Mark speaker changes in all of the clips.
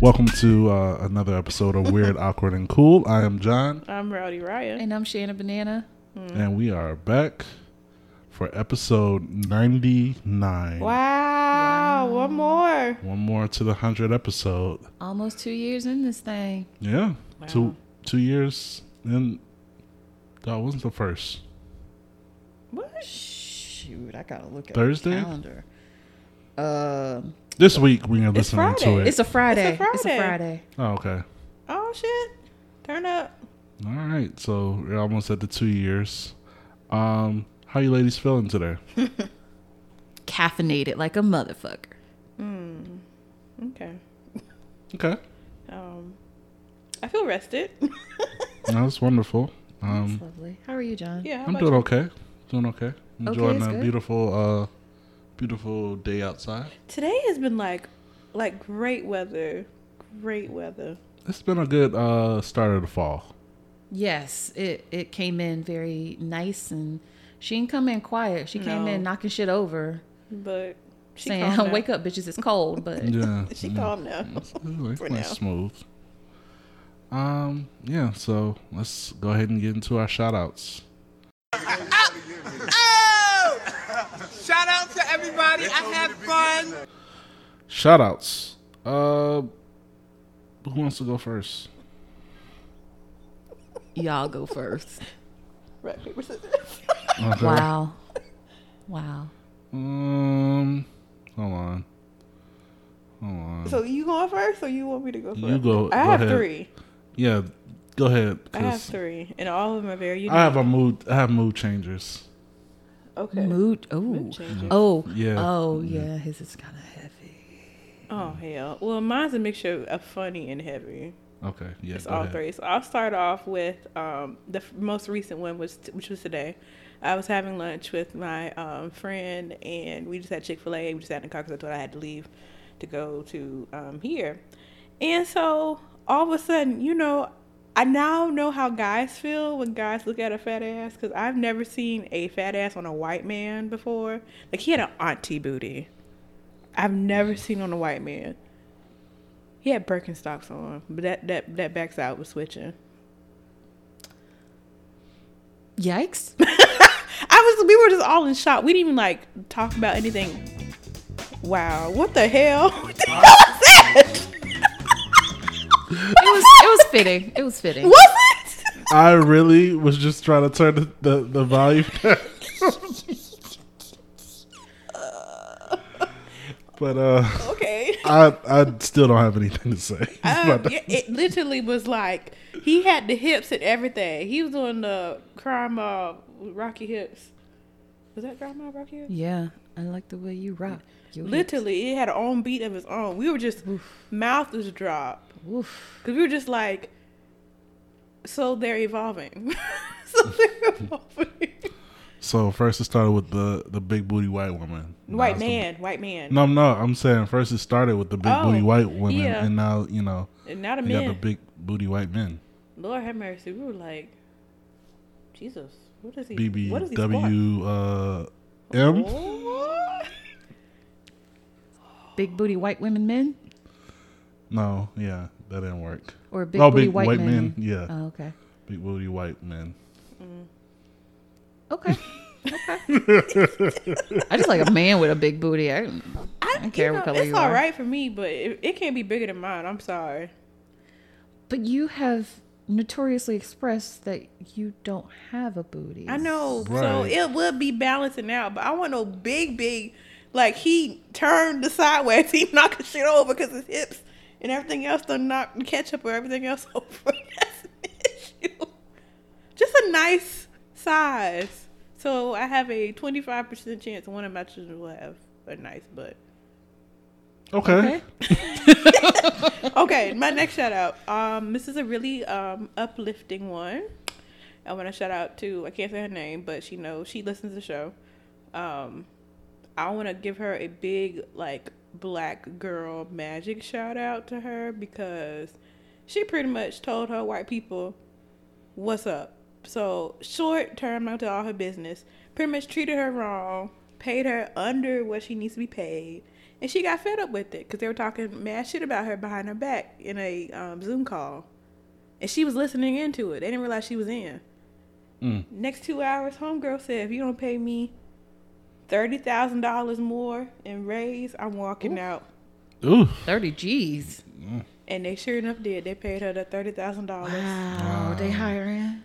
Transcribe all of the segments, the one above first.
Speaker 1: Welcome to uh, another episode of Weird, Awkward, and Cool. I am John,
Speaker 2: I'm Rowdy Ryan.
Speaker 3: And I'm Shannon Banana.
Speaker 1: and we are back for episode 99.
Speaker 2: Wow, one more.
Speaker 1: One more to the 100 episode.
Speaker 3: Almost two years in this thing.
Speaker 1: Yeah.
Speaker 2: Wow.
Speaker 1: Two two years and that wasn't the first.
Speaker 2: What?
Speaker 3: Shoot, I gotta look at
Speaker 1: Thursday?
Speaker 3: the calendar. Um,
Speaker 1: This week we're gonna
Speaker 2: It's
Speaker 1: listen to
Speaker 2: Friday.
Speaker 1: it.
Speaker 3: it's a Friday.
Speaker 2: It's a Friday.
Speaker 1: oh, okay.
Speaker 2: Oh shit! Turn up.
Speaker 1: All right. So we're almost at the two years. Um, how you ladies feeling today?
Speaker 3: Caffeinated like a motherfucker.
Speaker 1: Mm-hmm.
Speaker 2: Okay.
Speaker 1: Okay.
Speaker 2: Um, I feel rested.
Speaker 1: That's wonderful. Um,
Speaker 3: That's lovely. How are you, John?
Speaker 2: yeah, how
Speaker 1: I'm
Speaker 2: about
Speaker 1: doing
Speaker 2: you?
Speaker 1: okay. Doing okay. Enjoying
Speaker 3: it's
Speaker 1: a
Speaker 3: good.
Speaker 1: beautiful, uh, beautiful day outside.
Speaker 2: today has been like, like great weather, great weather.
Speaker 1: It's been a good uh, start of the fall.
Speaker 3: Yes, it it came in very nice, and she didn't come in quiet. She came
Speaker 2: No.
Speaker 3: in knocking shit over,
Speaker 2: But she
Speaker 3: saying,
Speaker 2: calmed
Speaker 3: "Wake
Speaker 2: down.
Speaker 3: up, bitches! It's cold." But
Speaker 1: Yeah.
Speaker 2: She
Speaker 1: yeah.
Speaker 2: calmed down.
Speaker 1: It's nice,
Speaker 2: For
Speaker 1: nice
Speaker 2: now.
Speaker 1: smooth. Um, yeah, so let's go ahead and get into our shout outs.
Speaker 4: Oh! Shout out to everybody. I had fun.
Speaker 1: Shout outs. Uh, who wants to go first?
Speaker 3: y'all go first.
Speaker 2: Rock, paper, scissors.
Speaker 1: Okay.
Speaker 3: Wow, wow.
Speaker 1: Um, hold on. Hold on.
Speaker 2: So you going first, or you want me to go first?
Speaker 1: Um, You go-
Speaker 2: I
Speaker 1: go
Speaker 2: have
Speaker 1: ahead,
Speaker 2: three.
Speaker 1: yeah, go ahead.
Speaker 2: I have
Speaker 1: 'cause
Speaker 2: three, and all of them are very unique.
Speaker 1: I have a mood. I have mood changers.
Speaker 2: okay.
Speaker 3: Mood. Oh,
Speaker 2: changes.
Speaker 3: oh,
Speaker 1: Yeah. Mm-hmm.
Speaker 3: Oh, yeah. His is kind of heavy.
Speaker 2: Oh hell. Well, mine's a mixture of funny and heavy.
Speaker 1: Okay. Yeah.
Speaker 2: It's
Speaker 1: go
Speaker 2: all
Speaker 1: ahead.
Speaker 2: three. So I'll start off with um, the f- most recent one was t- which was today. I was having lunch with my um, friend, and we just had Chick Fil A. We just had a car because I thought I had to leave to go to um, here, and so all of a sudden, you know, I now know how guys feel when guys look at a fat ass because I've never seen a fat ass on a white man before. Like he had an auntie booty. I've never seen on a white man. He had Birkenstocks on, but that that that backside was switching.
Speaker 3: Yikes.
Speaker 2: I was we were just all in shock. We didn't even like talk about anything. Wow, what the hell? What the hell was that?
Speaker 3: It was it was fitting. It was fitting.
Speaker 2: Was it?
Speaker 1: I really was just trying to turn the, the, the volume down. but uh,
Speaker 2: Okay.
Speaker 1: I I still don't have anything to say.
Speaker 2: Um,
Speaker 1: But-
Speaker 2: yeah, it literally was like he had the hips and everything. He was doing the crime of Rocky Hips. Was that crime of Rocky Hips?
Speaker 3: Yeah, I like the way you rock. You
Speaker 2: Literally, it had an own beat of its own. We were just mouth was dropped.
Speaker 3: Oof.
Speaker 2: Because we were just like, so they're evolving. so they're evolving.
Speaker 1: so first it started with the the big booty white woman. Now
Speaker 2: white
Speaker 1: it's the-
Speaker 2: man, white man.
Speaker 1: no, no, I'm saying first it started with the big
Speaker 2: Oh,
Speaker 1: booty white woman,
Speaker 2: yeah.
Speaker 1: and now you know
Speaker 2: And not a
Speaker 1: you got the
Speaker 2: man.
Speaker 1: big booty white men.
Speaker 2: Lord have mercy. We were like, Jesus, what is he? what is he?
Speaker 1: BBW uh, M.
Speaker 2: What?
Speaker 3: Big booty white women men
Speaker 1: No, yeah, that didn't work.
Speaker 3: or big
Speaker 1: no,
Speaker 3: booty
Speaker 1: Oh, big
Speaker 3: white,
Speaker 1: white men,
Speaker 3: men.
Speaker 1: yeah.
Speaker 3: Oh, okay.
Speaker 1: Big booty white men.
Speaker 3: Okay. okay. I just like a man with a big booty. I,
Speaker 2: I,
Speaker 3: don't care
Speaker 2: you
Speaker 3: what
Speaker 2: know,
Speaker 3: color
Speaker 2: It's
Speaker 3: you
Speaker 2: all
Speaker 3: are.
Speaker 2: right for me, but it, it can't be bigger than mine. I'm sorry.
Speaker 3: but you have notoriously expressed that you don't have a booty.
Speaker 2: I know. So
Speaker 1: Right.
Speaker 2: it would be balancing out, but I want no big, big. Like he turned the sideways, he knocking shit over because his hips and everything else done knock the ketchup or everything else over. That's an issue. Just a nice size. So I have a twenty five percent chance one of my children will have a nice butt.
Speaker 1: Okay.
Speaker 2: Okay, my next shout out. Um, this is a really um uplifting one. I want to shout out to I can't say her name, but she knows she listens to the show. Um, I want to give her a big like black girl magic shout out to her because she pretty much told her white people what's up. So short term out to all her business, pretty much treated her wrong, paid her under what she needs to be paid, And she got fed up with it because they were talking mad shit about her behind her back in a um, Zoom call. And she was listening into it. They didn't realize she was in.
Speaker 1: Mm.
Speaker 2: Next two hours, homegirl said, if you don't pay me $30,000 more in raise, I'm walking out.
Speaker 1: Ooh.
Speaker 3: 30 G's.
Speaker 2: And they sure enough did. They paid her the $30,000.
Speaker 3: Wow. They hiring?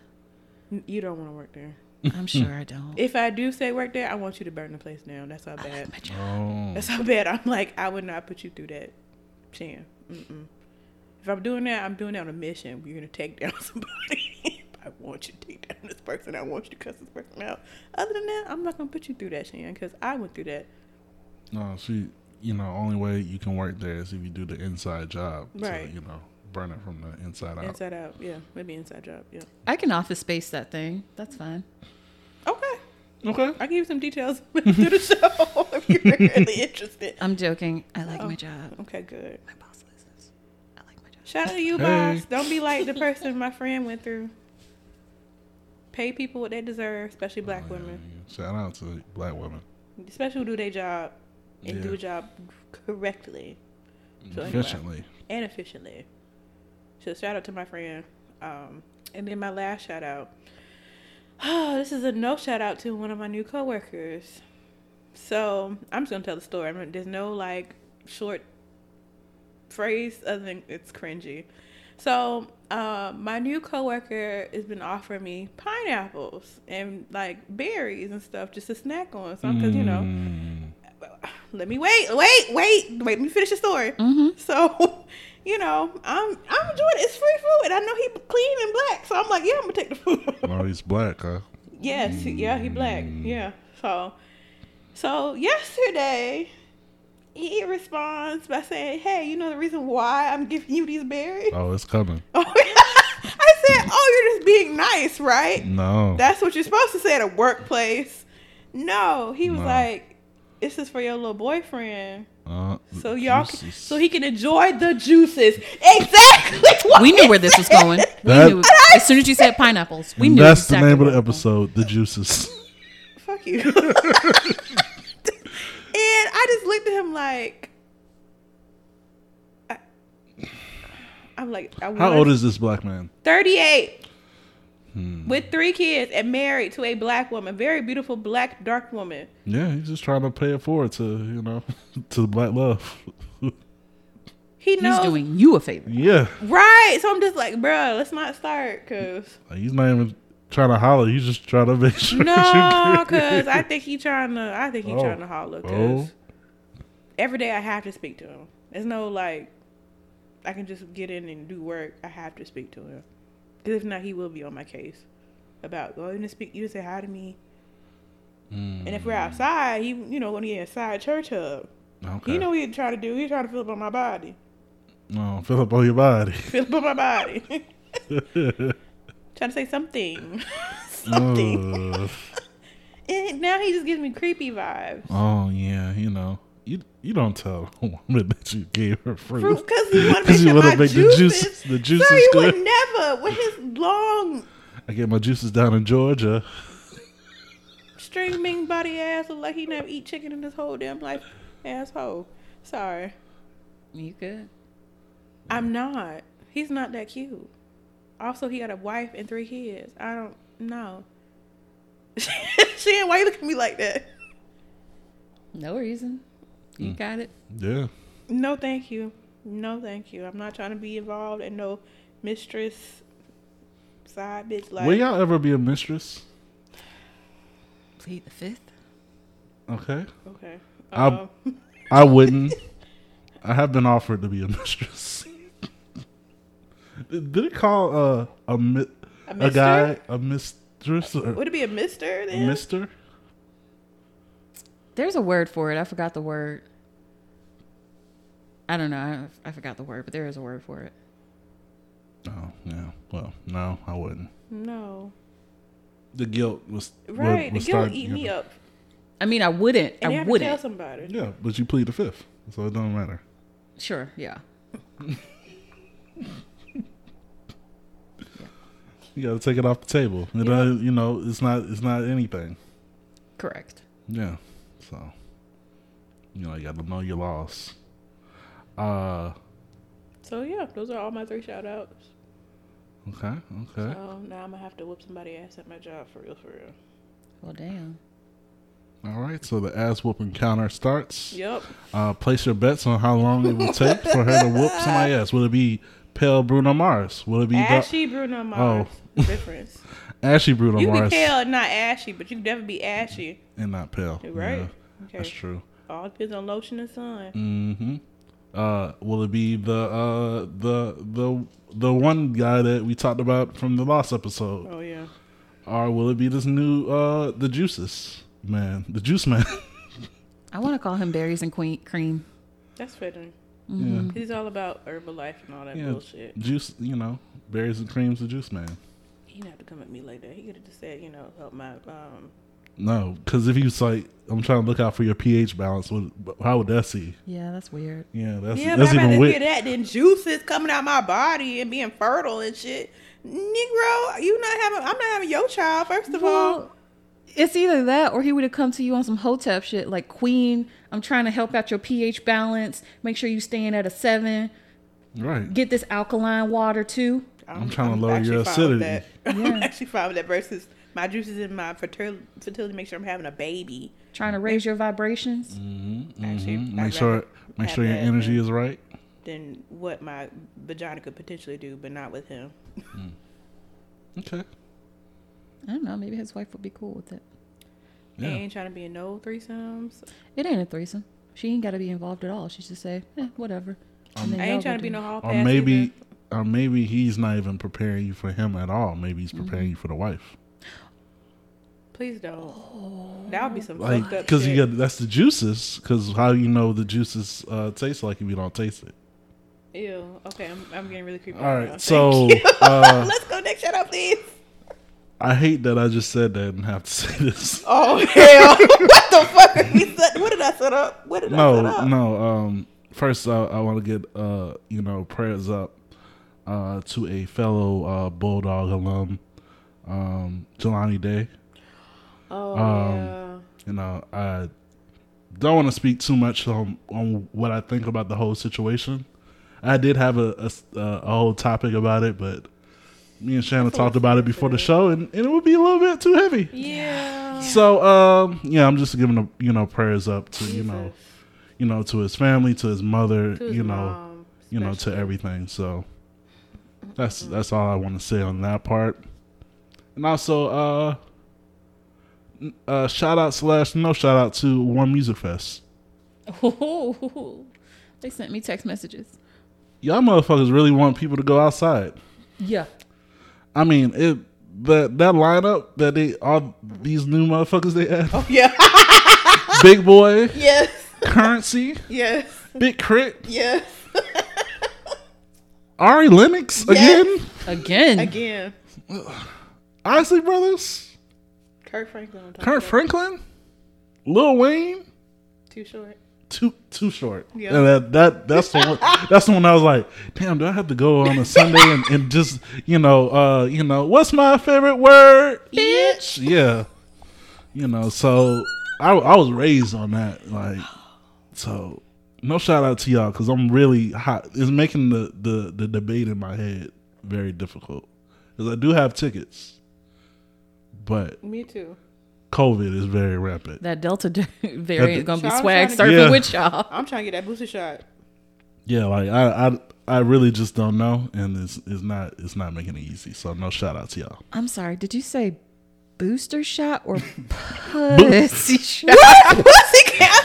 Speaker 2: You don't want to work there.
Speaker 3: I'm sure I don't.
Speaker 2: If I do say work there, I want you to burn the place down. That's how
Speaker 3: I
Speaker 2: bad.
Speaker 3: like my job.
Speaker 1: Oh.
Speaker 2: That's how bad. I'm like, I would not put you through that, Chan. Mm-mm. If I'm doing that, I'm doing that on a mission. You're gonna take down somebody. I want you to take down this person. I want you to cuss this person out. Other than that, I'm not gonna put you through that, Shan, because I went through that.
Speaker 1: No, she. You know, only way you can work there is if you do the inside job.
Speaker 2: Right.
Speaker 1: To, you know, burn it from the inside out.
Speaker 2: Inside out, yeah. Maybe inside job, yeah.
Speaker 3: I can office space that thing. That's fine.
Speaker 2: Okay,
Speaker 1: Okay.
Speaker 2: I'll give you some details through the show if you're really interested.
Speaker 3: I'm joking. I like
Speaker 2: Oh.
Speaker 3: my job.
Speaker 2: Okay, good.
Speaker 3: My boss listens. I like my job.
Speaker 2: Shout out to you,
Speaker 1: Hey.
Speaker 2: boss. Don't be like the person my friend went through. Pay people what they deserve, especially black
Speaker 1: Yeah,
Speaker 2: women.
Speaker 1: yeah. Shout out to black women.
Speaker 2: especially who do their job and do
Speaker 1: Yeah.
Speaker 2: a job correctly So anyway.
Speaker 1: Efficiently.
Speaker 2: and efficiently. So shout out to my friend. Um, and then my last shout out. Oh, this is a no shout out to one of my new coworkers. So I'm just gonna tell the story. I mean, there's no like short phrase other than it's cringy. So uh, my new coworker has been offering me pineapples and like berries and stuff just to snack on. So because you know
Speaker 1: Mm.
Speaker 2: let me wait, wait, wait, wait. Let me finish the story. So, you know, I'm I'm enjoying it. It's free food, and I know he clean and black. So I'm like, yeah, I'm gonna take the food.
Speaker 1: Oh, he's black, huh?
Speaker 2: yes, yeah, he black. Yeah. So, so yesterday, he responds by saying, "Hey, you know the reason why I'm giving you these berries?"
Speaker 1: Oh, it's coming.
Speaker 2: I said, "Oh, you're just being nice, right?"
Speaker 1: No.
Speaker 2: That's what you're supposed to say at a workplace. No, he was
Speaker 1: No.
Speaker 2: like, "This is for your little boyfriend."
Speaker 1: Uh,
Speaker 2: So y'all, can,
Speaker 1: Jesus.
Speaker 2: so he can enjoy the juices. Exactly. what
Speaker 3: We knew
Speaker 2: he
Speaker 3: where this was
Speaker 2: said.
Speaker 3: going. We
Speaker 1: That-
Speaker 3: knew as soon as you said pineapples. We
Speaker 1: And
Speaker 3: knew
Speaker 1: that's
Speaker 3: exactly
Speaker 1: the name of
Speaker 3: where
Speaker 1: the
Speaker 3: it was going.
Speaker 1: episode, The Juices.
Speaker 2: Fuck you. and I just looked at him like, I, I'm like, I
Speaker 1: How
Speaker 2: wanna-
Speaker 1: old is Hmm. this black man?
Speaker 2: 38 with three kids and married to a black woman, very beautiful black dark woman.
Speaker 1: Yeah, he's just trying to pay it forward to you know to the black love.
Speaker 2: He knows,
Speaker 3: He's doing you a favor.
Speaker 1: yeah,
Speaker 2: right? So I'm just like, bruh, let's not start, cause.
Speaker 1: Like, he's not even trying to holler. He's just trying to make sure. that
Speaker 2: No,
Speaker 1: you get
Speaker 2: because I think he trying to. I think he
Speaker 1: Oh.
Speaker 2: trying to holler. Cause
Speaker 1: Oh.
Speaker 2: every day I have to speak to him. There's no like, I can just get in and do work. I have to speak to him. Because if not, he will be on my case about going to speak. You didn't say hi to me. And if we're
Speaker 1: Mm.
Speaker 2: outside, he you know when he inside church hub,
Speaker 1: Okay.
Speaker 2: he know what he trying to do. He trying to fill up on my body.
Speaker 1: no, fill up all your body.
Speaker 2: Fill up on my body. trying to say something,
Speaker 1: Oh,
Speaker 2: something.
Speaker 1: Ugh.
Speaker 2: And now he just gives me creepy vibes.
Speaker 1: oh yeah, you know you you don't tell a woman that you gave her fruit.
Speaker 2: fruit because you want to
Speaker 1: 'Cause
Speaker 2: make,
Speaker 1: you
Speaker 2: sure
Speaker 1: wanna
Speaker 2: my
Speaker 1: make the
Speaker 2: juices.
Speaker 1: juices- the juices
Speaker 2: Sir, you
Speaker 1: good.
Speaker 2: would never with his long
Speaker 1: I get my juices down in Georgia.
Speaker 2: streaming body ass look like he never eat chicken in his whole damn life. Asshole. Sorry,
Speaker 3: You good?
Speaker 2: I'm not. He's not that cute. Also, he got a wife and three kids. I don't know. Shan, why you look at me like that?
Speaker 3: No reason. You got it.
Speaker 1: Yeah.
Speaker 2: No, thank you. No, thank you. I'm not trying to be involved in no mistress side bitch life.
Speaker 1: Will y'all ever be a mistress?
Speaker 3: Plead the fifth.
Speaker 1: Okay.
Speaker 2: okay.
Speaker 1: I'm-
Speaker 2: Um,
Speaker 1: I wouldn't. I have been offered to be a mistress. Did it call uh, a mi-
Speaker 2: a,
Speaker 1: a
Speaker 2: mister?
Speaker 1: guy a mistress or
Speaker 2: Would it be a mister
Speaker 1: a
Speaker 2: then?
Speaker 1: mister?
Speaker 3: There's a word for it. I forgot the word. I don't know. I, I forgot the word, but there is a word for it.
Speaker 1: Oh yeah. Well, no, I wouldn't.
Speaker 2: no.
Speaker 1: The guilt was would-
Speaker 2: Right.
Speaker 1: would
Speaker 2: the guilt
Speaker 1: start,
Speaker 2: eat
Speaker 1: you
Speaker 2: me
Speaker 1: know.
Speaker 2: up.
Speaker 3: I mean, I wouldn't.
Speaker 2: And I
Speaker 3: I
Speaker 2: have to tell
Speaker 3: wouldn't.
Speaker 2: somebody.
Speaker 1: Yeah, but you plead the fifth, so it doesn't matter.
Speaker 3: Sure. Yeah.
Speaker 1: You got to take it off the table. It
Speaker 2: Yeah.
Speaker 1: does- you know, it's not it's not anything.
Speaker 3: Correct.
Speaker 1: Yeah. So You know, you gotta know your loss. Uh,
Speaker 2: So yeah, those are all my three shout outs.
Speaker 1: okay, okay.
Speaker 2: So now I'm gonna have to whoop somebody ass at my job for real, for real.
Speaker 3: Well, damn.
Speaker 1: All right, so the ass whooping counter starts.
Speaker 2: Yep.
Speaker 1: Uh, place your bets on how long it will take for her to whoop somebody else. Will it be pale Bruno Mars? Will it be da-
Speaker 2: Ashy Bruno Mars. The difference.
Speaker 1: ashy Bruno
Speaker 2: You can
Speaker 1: Oh. Mars
Speaker 2: be pale and not ashy, but you can definitely be ashy,
Speaker 1: and not pale?
Speaker 2: right?
Speaker 1: Yeah,
Speaker 2: okay.
Speaker 1: that's true.
Speaker 2: All depends on lotion and sun.
Speaker 1: Mm-hmm. Uh, will it be the uh, the the the one guy that we talked about from the last episode,
Speaker 2: Oh yeah.
Speaker 1: or will it be this new uh, the juices man, the juice man?
Speaker 3: I want to call him berries and queen- cream.
Speaker 2: That's fitting.
Speaker 1: Yeah.
Speaker 2: He's all about herbal life and all that
Speaker 1: Yeah.
Speaker 2: bullshit.
Speaker 1: Juice, you know, berries and creams, the juice man.
Speaker 2: He didn't have to come at me like that. He could have just said, you know, help my um
Speaker 1: No, because if you say I'm trying to look out for your pH balance, what, how would that see?
Speaker 3: Yeah, that's weird.
Speaker 1: Yeah, that's
Speaker 2: Yeah,
Speaker 1: that's
Speaker 2: but I'd rather
Speaker 1: even
Speaker 2: hear
Speaker 1: weird.
Speaker 2: that than juices coming out my body and being fertile and shit. Negro, you not having I'm not having your child, first of all.
Speaker 3: Well, it's either that or he would have come to you on some hotep shit like Queen. I'm trying to help out your pH balance. Make sure you staying at a seven.
Speaker 1: Right.
Speaker 3: Get this alkaline water too.
Speaker 1: I'm trying to lower your
Speaker 2: actually fine with
Speaker 1: acidity.
Speaker 2: that. I'm
Speaker 3: Yeah.
Speaker 2: actually fine with that versus my juices and my fertility, fertility to make sure I'm having a baby.
Speaker 3: Trying to raise your vibrations.
Speaker 2: Actually,
Speaker 1: Mhm.
Speaker 2: I'd
Speaker 1: Make sure
Speaker 2: rather
Speaker 1: make
Speaker 2: have
Speaker 1: sure your
Speaker 2: that
Speaker 1: energy
Speaker 2: than-
Speaker 1: is right.
Speaker 2: than what my vagina could potentially do, but not with him.
Speaker 1: Okay.
Speaker 3: I don't know. Maybe his wife would be cool with it.
Speaker 2: They
Speaker 1: Yeah.
Speaker 2: ain't trying to be in no threesomes.
Speaker 3: It ain't a threesome. She ain't got to be involved at all. She should say, eh, whatever. And then
Speaker 2: I
Speaker 3: y'all
Speaker 2: ain't
Speaker 3: go
Speaker 2: trying to be
Speaker 3: do
Speaker 2: no hall pass.
Speaker 1: Or maybe or maybe he's not even preparing you for him at all. Maybe he's preparing
Speaker 2: Mm-hmm.
Speaker 1: you for the wife.
Speaker 2: either. please don't. That would be some
Speaker 1: Like
Speaker 2: fucked up
Speaker 1: because
Speaker 2: shit.
Speaker 1: you got that's the juices. Because how you know the juices uh, taste like if you don't taste it.
Speaker 2: Ew. Okay, I'm, I'm getting really creepy.
Speaker 1: All
Speaker 2: right now.
Speaker 1: right.
Speaker 2: Thank
Speaker 1: So
Speaker 2: you.
Speaker 1: uh,
Speaker 2: let's go next. Shut up, please.
Speaker 1: I hate that I just said that and have to say this.
Speaker 2: Oh hell! what the fuck? Are we set? What did I set up? What did I set
Speaker 1: no,
Speaker 2: up?
Speaker 1: no. Um, first, I, I want to get uh, you know prayers up uh, to a fellow uh, Bulldog alum, um, Jelani Day.
Speaker 2: Oh yeah.
Speaker 1: You know, I don't want to speak too much on, on what I think about the whole situation. I did have a, a s- uh, a whole topic about it, but me and Shannon talked about it before the show, and, and it would be a little bit too heavy.
Speaker 2: Yeah.
Speaker 1: So, um, yeah, I'm just giving a, you know prayers up to you know, you know, to his family, to his mother,
Speaker 2: To his
Speaker 1: you know.
Speaker 2: mom,
Speaker 1: you know, to
Speaker 2: especially.
Speaker 1: everything. So that's that's all I want to say on that part. And also, uh, n- uh, shout out slash no shout out to One Music Fest.
Speaker 3: they sent me text messages.
Speaker 1: Y'all motherfuckers really want people to go outside.
Speaker 3: Yeah.
Speaker 1: I mean, it that that lineup that they all these new motherfuckers they had:
Speaker 2: Oh, Yeah.
Speaker 1: Big Boy,
Speaker 2: yes.
Speaker 1: Currency,
Speaker 2: Yes.
Speaker 1: Big Crit,
Speaker 2: Yes.
Speaker 1: Ari Lennox
Speaker 2: Yes.
Speaker 1: again,
Speaker 3: Again.
Speaker 2: Again,
Speaker 1: Isley Brothers,
Speaker 2: Kurt Franklin. on top
Speaker 1: Kurt
Speaker 2: of that.
Speaker 1: Franklin, Lil Wayne.
Speaker 2: Too short.
Speaker 1: too too short.
Speaker 2: Yeah.
Speaker 1: And that, that that's the one that's the one I was like, damn, do I have to go on a Sunday and, and just you know, uh, you know, what's my favorite word? Bitch. Yeah. You know, so I I was raised on that. Like so no shout out to y'all because I'm really hot. It's making the, the, the debate in my head very difficult. Because I do have tickets. But
Speaker 2: Me too.
Speaker 1: COVID is very rampant.
Speaker 3: That Delta d- variant gonna be
Speaker 2: Y'all
Speaker 3: swag
Speaker 2: tryna-
Speaker 3: surfing
Speaker 1: Yeah.
Speaker 3: with y'all.
Speaker 2: I'm trying to get that booster shot.
Speaker 1: Yeah, like I, I, I really just don't know, and it's, it's not, it's not making it easy. So no shout out to y'all.
Speaker 3: I'm sorry. Did you say booster shot or pussy shot?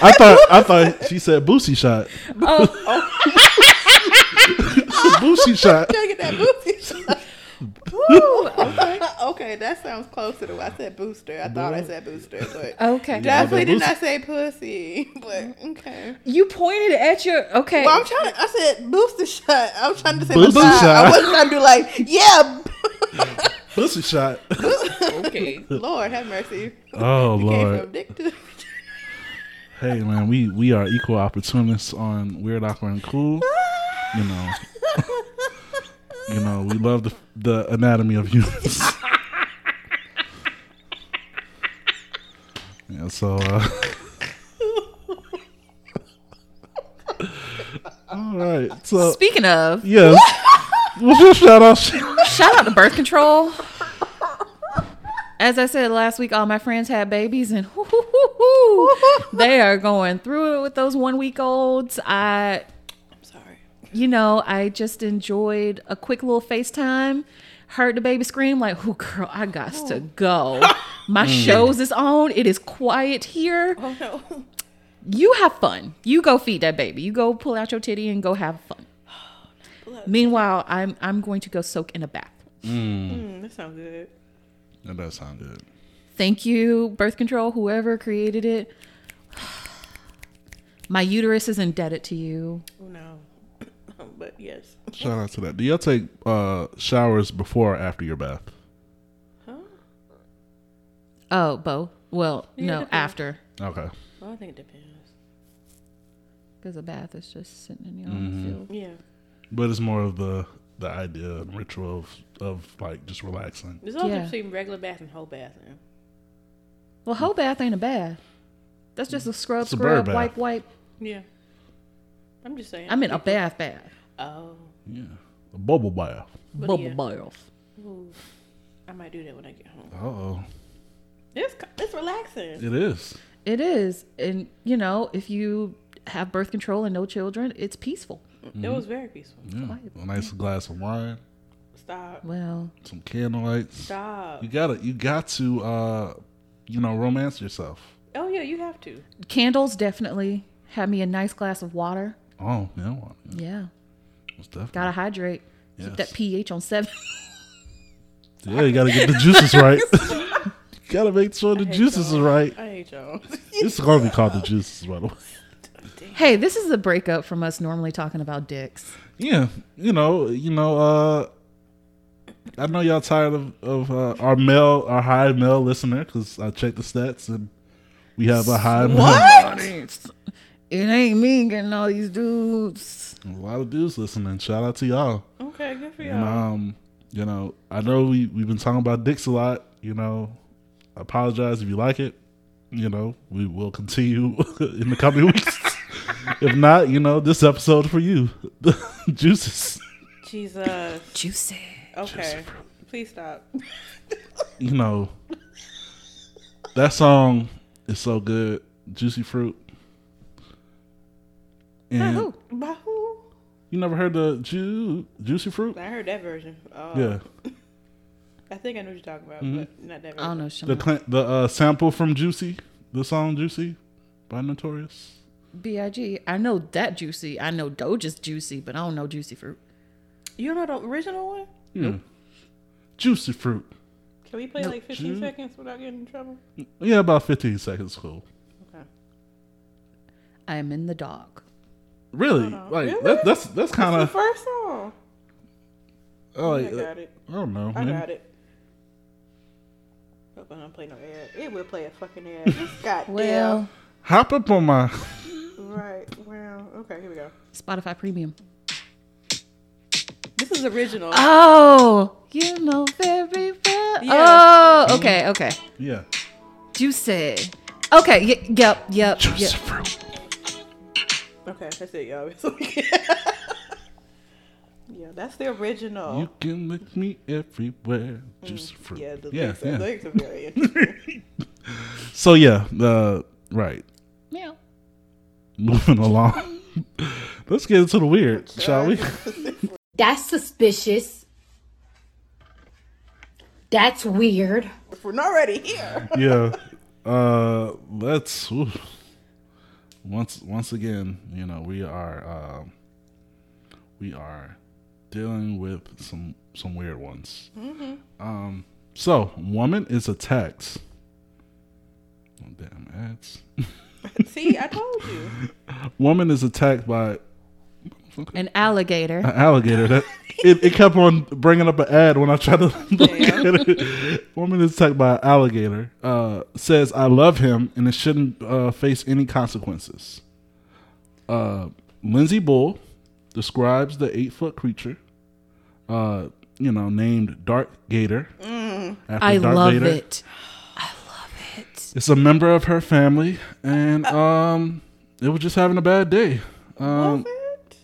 Speaker 1: I thought, I thought she said boosie shot,
Speaker 3: Oh,
Speaker 1: boosie shot.
Speaker 2: Trying to get that booster shot. Woo, okay. okay, that sounds close to the. I said booster. I thought I said booster, but
Speaker 3: okay.
Speaker 2: definitely did
Speaker 1: booster.
Speaker 2: not say pussy. But okay.
Speaker 3: You pointed at your okay.
Speaker 2: Well, I'm trying. To, I said booster shot. I was trying to say
Speaker 1: Booster
Speaker 2: booster shot.
Speaker 1: shot.
Speaker 2: I wasn't trying to do like yeah.
Speaker 1: Boosie shot.
Speaker 3: okay.
Speaker 2: Lord have mercy.
Speaker 1: Oh
Speaker 2: Came
Speaker 1: lord.
Speaker 2: from dick to.
Speaker 1: Hey man, we we are equal opportunists on Weird Awkward and Cool. You know, you know, we love the the anatomy of humans. yeah, so. Uh, All right. So
Speaker 3: Speaking of,
Speaker 1: yes. What's your shout out? Sheila?
Speaker 3: shout out to birth control. As I said last week, all my friends had babies, and hoo, hoo, hoo, hoo, they are going through it with those one week olds. I
Speaker 2: I'm sorry.
Speaker 3: you know, I just enjoyed a quick little FaceTime. Heard the baby scream, like, oh, girl, I got to go. My show's is on. It is quiet here.
Speaker 2: Oh no.
Speaker 3: You have fun. You go feed that baby. You go pull out your titty and go have fun. Meanwhile, I'm I'm going to go soak in a bath.
Speaker 2: Mm, that sounds good.
Speaker 1: That does sound good.
Speaker 3: Thank you, birth control, whoever created it. My uterus is indebted to you.
Speaker 2: Oh no. but yes.
Speaker 1: Shout out to that. Do y'all take uh, showers before or after your bath?
Speaker 2: Huh?
Speaker 3: Oh, Bo. Well, no,
Speaker 2: depends.
Speaker 3: after.
Speaker 1: Okay.
Speaker 2: Well, I think it depends.
Speaker 3: Because a bath is just sitting in your own
Speaker 1: Mm-hmm.
Speaker 3: field.
Speaker 2: Yeah.
Speaker 1: But it's more of the the idea and ritual of, of like just relaxing.
Speaker 2: There's also
Speaker 3: Yeah.
Speaker 2: between regular bath and whole bathroom.
Speaker 3: Well, whole bath ain't a bath. That's just a scrub,
Speaker 1: It's a bird
Speaker 3: scrub,
Speaker 1: bath.
Speaker 3: wipe, wipe.
Speaker 2: Yeah. I'm just saying.
Speaker 3: I mean, a bath, bath.
Speaker 2: Oh.
Speaker 1: Yeah. A bubble bath.
Speaker 3: Bubble
Speaker 2: yeah.
Speaker 3: bath.
Speaker 2: Ooh. I might do that when I get home.
Speaker 1: Uh oh.
Speaker 2: It's co- it's relaxing.
Speaker 1: It is.
Speaker 3: It is. And, you know, if you have birth control and no children, it's peaceful.
Speaker 1: Mm-hmm.
Speaker 2: It was very peaceful.
Speaker 1: Yeah.
Speaker 3: Quiet.
Speaker 1: A nice glass of wine,
Speaker 2: Stop.
Speaker 3: Well,
Speaker 1: some candlelights.
Speaker 2: Stop.
Speaker 1: You gotta you got to uh you know, romance yourself.
Speaker 2: Oh yeah, you have to.
Speaker 3: candles definitely had me a nice glass of water.
Speaker 1: Oh, yeah. well, yeah,
Speaker 3: Yeah.
Speaker 1: Most definitely.
Speaker 3: Gotta hydrate. Keep
Speaker 1: Yes.
Speaker 3: that pH on seven.
Speaker 1: yeah, you gotta get the juices right. you gotta make sure the juices are right.
Speaker 2: I hate y'all.
Speaker 1: It's gonna be called the juices, by the way.
Speaker 3: hey, this is a breakup from us normally talking about dicks.
Speaker 1: Yeah, you know, you know, uh I know y'all tired of, of uh, our male, our high male listener, because I checked the stats and we have a high
Speaker 3: It ain't me getting all these dudes.
Speaker 1: male. A lot of dudes listening. Shout out to y'all.
Speaker 2: okay, good for y'all.
Speaker 1: And um, you know, I know we we've been talking about dicks a lot. You know, I apologize if you like it. You know, we will continue in the coming weeks. if not, you know, this episode for you, juices.
Speaker 2: Jesus.
Speaker 3: Juicy.
Speaker 2: Okay. Please stop.
Speaker 1: You know, that song is so good, juicy fruit. And
Speaker 3: Who?
Speaker 2: By who?
Speaker 1: you never heard the ju- juicy fruit?
Speaker 2: I heard that version. Oh,
Speaker 1: Yeah, Mm-hmm.
Speaker 2: I think I know what you're talking about, but not that version.
Speaker 3: I don't know.
Speaker 1: the
Speaker 3: Shemar.
Speaker 1: cl- the uh, sample from Juicy, the song Juicy by Notorious.
Speaker 3: Big. I know that juicy. I know Doja's juicy, but I don't know juicy fruit.
Speaker 2: You don't know the original one?
Speaker 1: Juicy fruit.
Speaker 2: Can we play like 15 seconds without getting in trouble?
Speaker 1: Yeah, about 15 seconds cool.
Speaker 2: Okay.
Speaker 3: I am in the dog.
Speaker 1: Really? Like
Speaker 2: Really?
Speaker 1: That, that's that's kind
Speaker 2: The
Speaker 1: of
Speaker 2: first song. I
Speaker 1: like
Speaker 2: got it.
Speaker 1: I don't know.
Speaker 2: Oh I
Speaker 1: man.
Speaker 2: got it. Hope I don't play no ad. It will play a fucking ad. It's got
Speaker 3: Well,
Speaker 1: Hop up on my
Speaker 2: Right. Well. Okay. Here we go.
Speaker 3: Spotify Premium.
Speaker 2: This is original.
Speaker 3: Oh, you know very well.
Speaker 2: Yeah.
Speaker 3: Oh, okay, okay.
Speaker 1: yeah.
Speaker 3: Juicy. Okay. Y- yep. Yep.
Speaker 1: Juicy
Speaker 3: Yep.
Speaker 1: fruit.
Speaker 2: Okay. That's it, y'all. yeah. That's the original.
Speaker 1: You can lick me everywhere. Juicy fruit.
Speaker 2: Mm. yeah. The
Speaker 1: yeah,
Speaker 2: lyrics, Are, lyrics are very interesting.
Speaker 1: So yeah, the right.
Speaker 3: Meow.
Speaker 1: Moving along. Let's get into the weird, shall we?
Speaker 5: That's suspicious. That's weird.
Speaker 2: if we're not already here.
Speaker 1: yeah. Uh let's oof. once once again, you know, we are um we are dealing with some some weird ones. Um so woman is attacked. Oh, damn ads.
Speaker 2: See, I told you.
Speaker 1: Woman is attacked by
Speaker 3: An alligator.
Speaker 1: an alligator. That it, it kept on bringing up an ad when I tried to look at it. Woman is attacked by an alligator. Uh, says I love him and it shouldn't uh, face any consequences. Uh, Lindsay Bull describes the eight foot creature. Uh, you know, named Dark Gator. after
Speaker 3: I
Speaker 1: Darth
Speaker 3: love
Speaker 1: Vader.
Speaker 3: it.
Speaker 1: It's a member of her family, and um, it was just having a bad day. Um,
Speaker 2: What?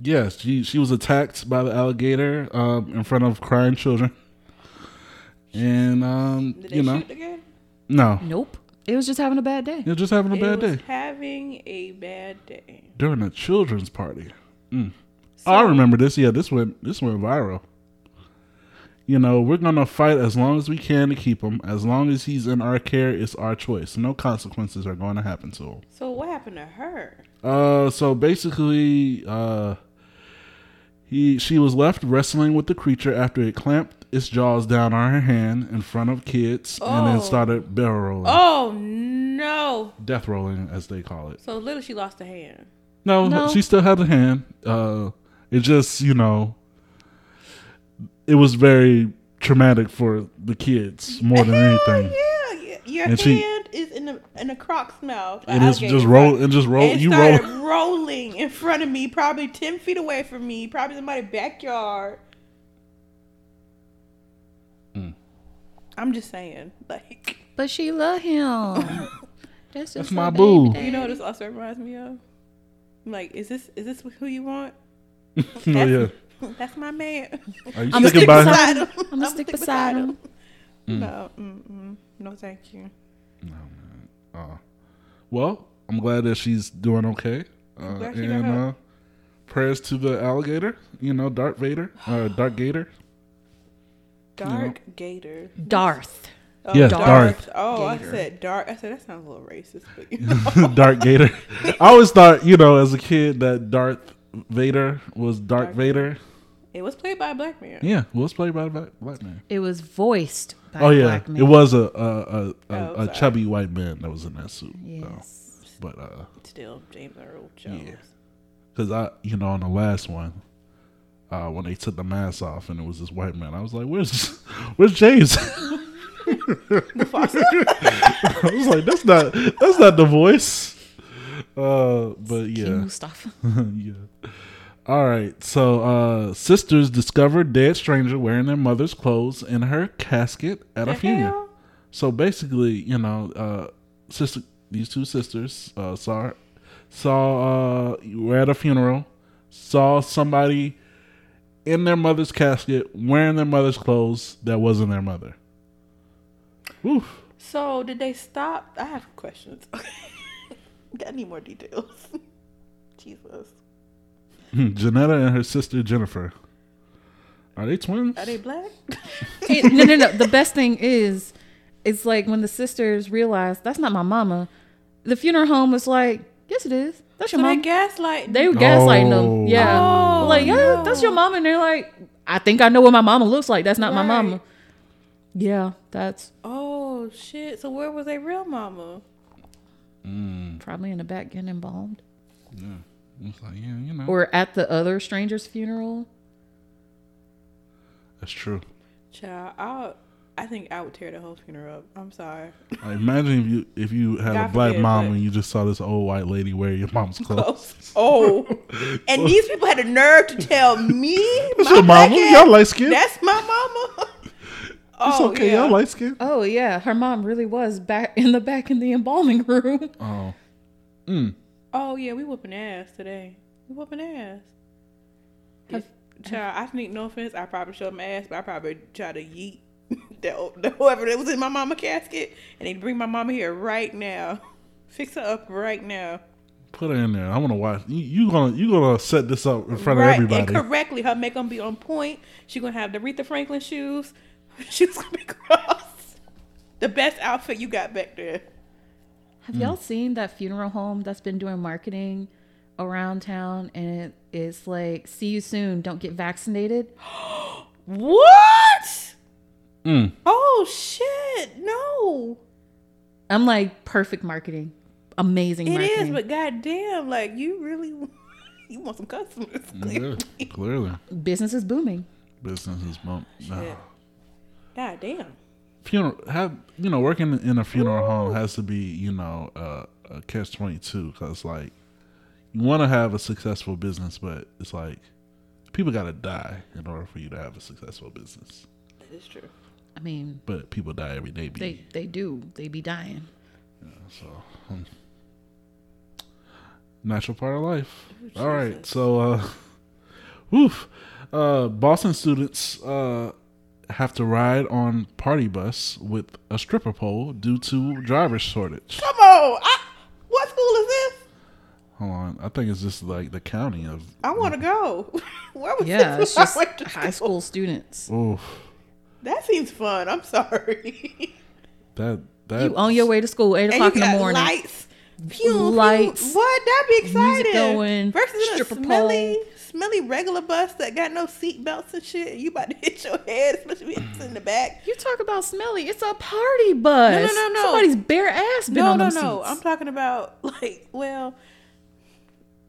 Speaker 1: Yes, she she was attacked by the alligator um, in front of crying children, and um,
Speaker 2: Did they
Speaker 1: you know,
Speaker 2: shoot again?
Speaker 1: no,
Speaker 3: Nope. It was just having a bad day.
Speaker 1: you're just having a bad
Speaker 2: it was
Speaker 1: day
Speaker 2: having a bad day.
Speaker 1: during a children's party. Mm. I remember this. Yeah, this went this went viral. You know, we're gonna fight as long as we can to keep him. As long as he's in our care, it's our choice. No consequences are going to happen to him.
Speaker 2: So what happened to her?
Speaker 1: Uh, so basically, uh, he she was left wrestling with the creature after it clamped its jaws down on her hand in front of kids and
Speaker 2: Oh.
Speaker 1: then started barrel rolling,
Speaker 2: Oh no!
Speaker 1: death rolling as they call it.
Speaker 2: So little she lost a hand.
Speaker 1: No,
Speaker 3: No.
Speaker 1: she still had a hand. Uh, it just you know, it was very traumatic for the kids more than anything.
Speaker 2: Oh, Yeah, y- your
Speaker 1: And she-
Speaker 2: hand is in the in a croc's mouth.
Speaker 1: And it's just roll and just roll.
Speaker 2: It
Speaker 1: you roll.
Speaker 2: started rolling in front of me, probably ten feet away from me, probably somebody's backyard.
Speaker 1: Mm.
Speaker 2: I'm just saying, like
Speaker 3: But she love him. That's just
Speaker 1: That's
Speaker 3: her
Speaker 1: my
Speaker 3: baby
Speaker 1: boo.
Speaker 3: daddy.
Speaker 2: you know, what this also reminds me of. I'm like, is this is this who you want?
Speaker 1: oh yeah.
Speaker 2: That's my man.
Speaker 1: Are you sticking
Speaker 3: I'ma stick
Speaker 1: by
Speaker 3: beside
Speaker 1: her?
Speaker 2: him.
Speaker 3: I'm gonna stick beside him.
Speaker 1: Mm.
Speaker 2: No, mm-mm, no, thank you.
Speaker 1: Well, I'm glad that she's doing okay. Uh,
Speaker 2: glad she got
Speaker 1: and uh,
Speaker 2: help.
Speaker 1: prayers to the alligator, you know, Darth Vader, uh, Darth Gator.
Speaker 2: Dark gator.
Speaker 3: Darth.
Speaker 2: Oh,
Speaker 1: Yes, Darth
Speaker 2: Oh,
Speaker 3: Gator.
Speaker 2: I said dark. I said that sounds a little racist. But you
Speaker 1: Darth Gator. I always thought, you know, as a kid that Darth Vader was Darth Vader.
Speaker 2: it was played by a black man.
Speaker 1: Yeah, well, let's play by a black, black man.
Speaker 3: It was voiced by
Speaker 1: oh
Speaker 3: a
Speaker 1: yeah,
Speaker 3: black man.
Speaker 1: it was a a, a, a,
Speaker 2: Oh,
Speaker 1: a
Speaker 2: sorry.
Speaker 1: chubby white man that was in that suit.
Speaker 3: Yes.
Speaker 1: So, but uh,
Speaker 2: Still, James Earl Jones.
Speaker 1: Yeah. Cause I, you know, on the last one, uh, when they took the mask off and it was this white man, I was like, "Where's, where's James?" I was like, "That's not, that's not the voice." Uh, but
Speaker 3: King
Speaker 1: yeah,
Speaker 3: Mustafa.
Speaker 1: yeah. All right. So, uh, sisters discovered dead stranger wearing their mother's clothes in her casket at a
Speaker 2: The
Speaker 1: funeral.
Speaker 2: hell?
Speaker 1: So basically, you know, uh, sister, these two sisters uh, saw saw uh, were at a funeral, saw somebody in their mother's casket wearing their mother's clothes that wasn't their mother. Oof.
Speaker 2: So did they stop? I have questions. I need more details. Jesus,
Speaker 1: Hmm, Janetta and her sister Jennifer. Are they twins?
Speaker 2: are they black?
Speaker 3: It- no, no, no. The best thing is, it's like when the sisters realized that's not my mama. The funeral home was like, yes, it is. That's your
Speaker 2: So they
Speaker 3: mom.
Speaker 2: gaslight.
Speaker 3: they were gaslighting
Speaker 1: Oh.
Speaker 3: them. Yeah.
Speaker 2: Oh,
Speaker 3: like, yeah, that's your mom. And they're like, I think I know what my mama looks like. That's not my
Speaker 2: Right.
Speaker 3: mama. Yeah, that's
Speaker 2: oh shit. So where was their real mama?
Speaker 3: probably in the back getting involved.
Speaker 1: It's like, yeah, you know,
Speaker 3: Or at the other stranger's funeral.
Speaker 1: that's true.
Speaker 2: Child, I I think I would tear the whole funeral up. I'm sorry.
Speaker 1: I imagine if you if you had a
Speaker 2: God
Speaker 1: black
Speaker 2: forbid,
Speaker 1: mom
Speaker 2: but-
Speaker 1: and you just saw this old white lady wear your mom's clothes.
Speaker 2: Oh, and these people had the nerve to tell me
Speaker 1: That's
Speaker 2: my
Speaker 1: your mama.
Speaker 2: black
Speaker 1: Y'all
Speaker 2: ass-
Speaker 1: light skin.
Speaker 2: That's my mama.
Speaker 1: It's
Speaker 2: Oh,
Speaker 1: okay.
Speaker 2: yeah.
Speaker 1: Y'all light skin.
Speaker 3: Oh, yeah. Her mom really was back in the back in the embalming room.
Speaker 1: Oh.
Speaker 2: Oh yeah, we whooping ass today. We whooping ass. Have, child, I need no offense. I probably showed my ass, but I probably try to yeet that, that whoever that was in my mama casket, and they bring my mama here right now, fix her up right now,
Speaker 1: Put her in there. I want to watch. You, you gonna you gonna set this up in front
Speaker 2: right
Speaker 1: of
Speaker 2: and
Speaker 1: everybody.
Speaker 2: correctly. Her make them be on point. She gonna have the Aretha Franklin shoes. Shoes gonna be crossed. The best outfit you got back there.
Speaker 3: Have y'all seen that funeral home that's been doing marketing around town and it is like see you soon, don't get vaccinated?
Speaker 2: What?
Speaker 1: Mm,
Speaker 2: Oh shit! No.
Speaker 3: I'm like perfect marketing. Amazing
Speaker 2: It
Speaker 3: marketing.
Speaker 2: is, but goddamn, like you really, you want some customers.
Speaker 1: Yeah,
Speaker 2: clearly.
Speaker 1: clearly,
Speaker 3: business is booming.
Speaker 1: business is bump. No.
Speaker 2: Goddamn.
Speaker 1: Funeral have you know working in a funeral home has to be you know uh, a catch twenty two because like you want to have a successful business, but it's like people gotta die in order for you to have a successful business.
Speaker 2: That is true.
Speaker 3: I mean,
Speaker 1: But people die every day. B.
Speaker 3: they they do. They be dying.
Speaker 1: So, um, natural part of life. All right. So, uh, Oof. Uh, Boston students uh, have to ride on party bus with a stripper pole due to driver shortage.
Speaker 2: Come on. I, what school is this?
Speaker 1: Hold on, I think it's just like the county of.
Speaker 2: I want to go. Where was
Speaker 3: Yeah,
Speaker 2: this?
Speaker 3: it's
Speaker 2: when I
Speaker 3: just
Speaker 2: went to
Speaker 3: high school students.
Speaker 1: Oof.
Speaker 2: That seems fun. I'm sorry.
Speaker 1: That that.
Speaker 3: You on your way to school, eight
Speaker 2: and you
Speaker 3: o'clock in the
Speaker 2: got
Speaker 3: morning.
Speaker 2: lights. Pew, pew.
Speaker 3: Lights.
Speaker 2: What? That'd be exciting.
Speaker 3: going,
Speaker 2: Versus in a
Speaker 3: stripper
Speaker 2: smelly,
Speaker 3: pole.
Speaker 2: smelly regular bus that got no seat belts and shit. You about to hit your head, especially if it's in the back.
Speaker 3: You talk about smelly. It's a party bus.
Speaker 2: No, no, no, no.
Speaker 3: Somebody's bare ass been
Speaker 2: No,
Speaker 3: on
Speaker 2: no,
Speaker 3: them
Speaker 2: no.
Speaker 3: seats.
Speaker 2: I'm talking about like, well,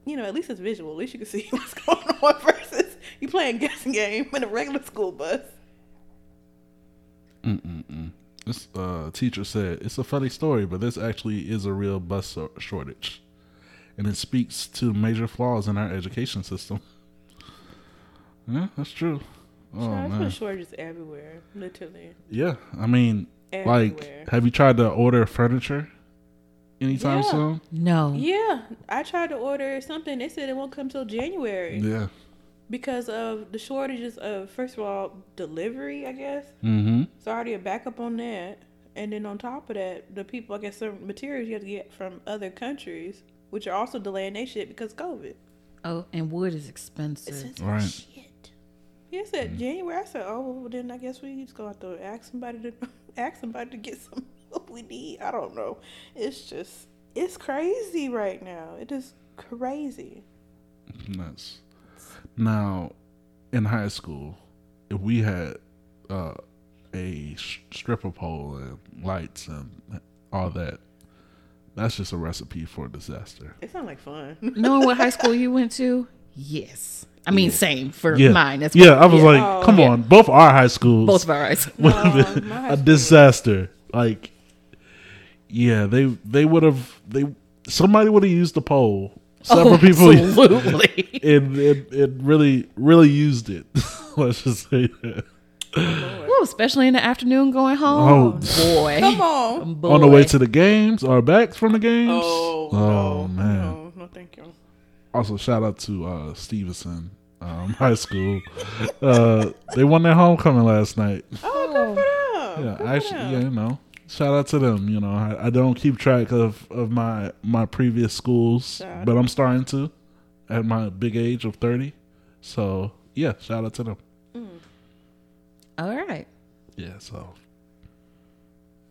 Speaker 2: you know, at least it's visual. At least you can see what's going on versus you playing guessing game in a regular school bus.
Speaker 1: This uh, teacher said it's a funny story, but this actually is a real bus so- shortage, and it speaks to major flaws in our education system. Yeah, that's true. Oh man.
Speaker 2: shortages everywhere, literally.
Speaker 1: Yeah, I mean,
Speaker 2: Everywhere.
Speaker 1: like, have you tried to order furniture anytime
Speaker 2: Yeah.
Speaker 1: soon?
Speaker 3: no.
Speaker 2: Yeah, I tried to order something. They said it won't come till January
Speaker 1: Yeah.
Speaker 2: because of the shortages of first of all delivery. I guess
Speaker 1: Mm-hmm.
Speaker 2: it's already a backup on that, and then on top of that, the people I guess certain materials you have to get from other countries, which are also delaying their shit because COVID.
Speaker 3: Oh, and wood is expensive.
Speaker 1: Right.
Speaker 2: He said January. I said, oh, well, then I guess we just gonna have to ask somebody to ask somebody to get some what we need. I don't know. It's just it's crazy right now. It is crazy.
Speaker 1: Nuts. Now, in high school, if we had uh, a s- stripper pole and lights and all that, that's just a recipe for disaster.
Speaker 2: It sounds like fun.
Speaker 3: Knowing what high school you went to? Yes. I mean, same for
Speaker 1: Yeah,
Speaker 3: mine. That's
Speaker 1: yeah. I was like,
Speaker 2: Oh,
Speaker 1: come on, both our high schools,
Speaker 3: both of ours.
Speaker 1: would have been
Speaker 2: my high
Speaker 1: a
Speaker 2: school-
Speaker 1: disaster. Like, yeah, they they would have they somebody would have used the pole. Several people,
Speaker 3: Absolutely.
Speaker 1: and it, it really really used it. Let's just say that.
Speaker 3: Ooh, especially in the afternoon going
Speaker 1: Oh,
Speaker 3: home. boy.
Speaker 2: Come on.
Speaker 1: on the way to the games or back from the games.
Speaker 2: Oh,
Speaker 1: Oh,
Speaker 2: no,
Speaker 1: man.
Speaker 2: No, no, thank you.
Speaker 1: Also, shout out to uh, Stevenson um, High School. uh, they won their homecoming last night.
Speaker 2: Oh, good for them.
Speaker 1: Yeah,
Speaker 2: Good for
Speaker 1: I actually, yeah,
Speaker 2: them.
Speaker 1: you know, shout out to them. You know, I, I don't keep track of of my my previous schools,
Speaker 2: Sure.
Speaker 1: but I'm starting to at my big age of thirty. So yeah, shout out to them.
Speaker 3: All right.
Speaker 1: Yeah, so.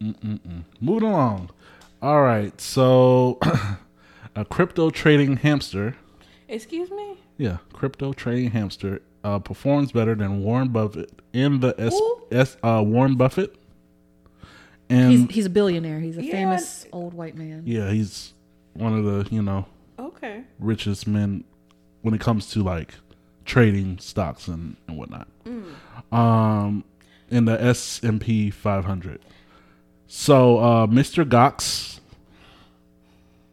Speaker 1: Mm-mm-mm. Moving along. All right, so a crypto trading hamster.
Speaker 2: Excuse me.
Speaker 1: Yeah, crypto trading hamster uh, performs better than Warren Buffett in the S,
Speaker 2: Who?
Speaker 1: S uh, Warren Buffett. And
Speaker 3: He's, he's a billionaire. He's a
Speaker 2: Yeah.
Speaker 3: famous old white man.
Speaker 1: Um, yeah, he's one of the you know
Speaker 2: Okay.
Speaker 1: richest men when it comes to like trading stocks and, and whatnot.
Speaker 3: Mm.
Speaker 1: Um, in the S and P 500. So uh, Mr. Gox,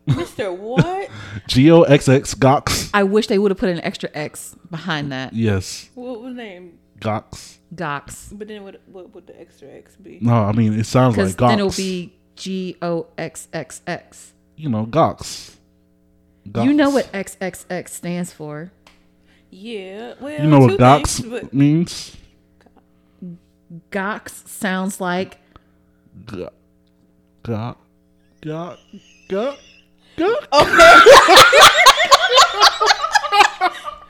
Speaker 2: Mister what?
Speaker 1: G O X X Gox.
Speaker 3: I wish they would have put an extra X behind that.
Speaker 1: Yes,
Speaker 2: what was name?
Speaker 1: Gox.
Speaker 3: Gox.
Speaker 2: But then what? What would the extra X be?
Speaker 1: No, I mean it sounds like
Speaker 3: Because
Speaker 1: Gox.
Speaker 3: then it'll be G O X X X.
Speaker 1: you know Gox. Gox.
Speaker 3: You know what XXX stands for.
Speaker 2: Yeah. Well,
Speaker 1: You know what
Speaker 2: two
Speaker 1: Gox
Speaker 2: things, but-
Speaker 1: means?
Speaker 3: Gox sounds like
Speaker 1: Gox. Gox. Gox. Gox. Gox.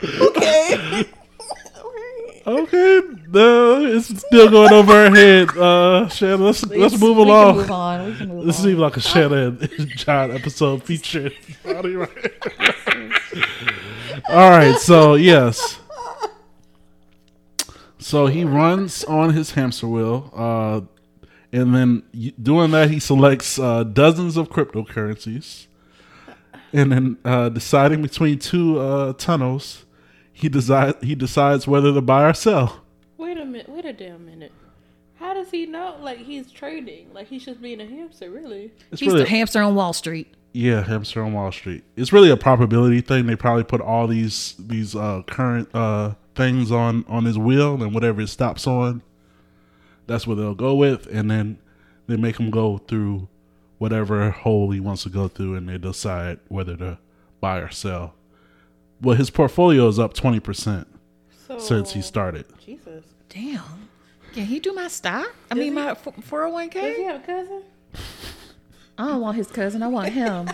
Speaker 2: okay. Alright.
Speaker 1: Okay, no, it's still going over our head. Uh, Shannon, let's let's move
Speaker 3: we
Speaker 1: along.
Speaker 3: Can move on. Oh. We can move
Speaker 1: This
Speaker 3: on.
Speaker 1: seems like a Shannon and John episode featuring. Roddy Ryan. All right, so yes, so he runs on his hamster wheel, uh, and then y- doing that, he selects uh, dozens of cryptocurrencies, and then uh, deciding between two uh, tunnels, he decides he decides whether to buy or sell.
Speaker 2: Wait a minute. Wait a damn minute. How does he know? Like he's trading. Like he's just being a hamster, really.
Speaker 1: It's
Speaker 3: He's
Speaker 1: really
Speaker 3: the hamster on Wall Street.
Speaker 1: Yeah, hamster on Wall Street. It's really a probability thing. They probably put all these these uh, current uh, things on on his wheel, and whatever it stops on, that's what they'll go with, and then they make him go through whatever hole he wants to go through, and they decide whether to buy or sell. Well, his portfolio is up twenty percent, since he started.
Speaker 2: Jesus.
Speaker 3: Damn. Can he do my stock? I mean, my four hundred one
Speaker 2: Does he
Speaker 3: k.
Speaker 2: have a cousin?
Speaker 3: I don't want his cousin. I want him.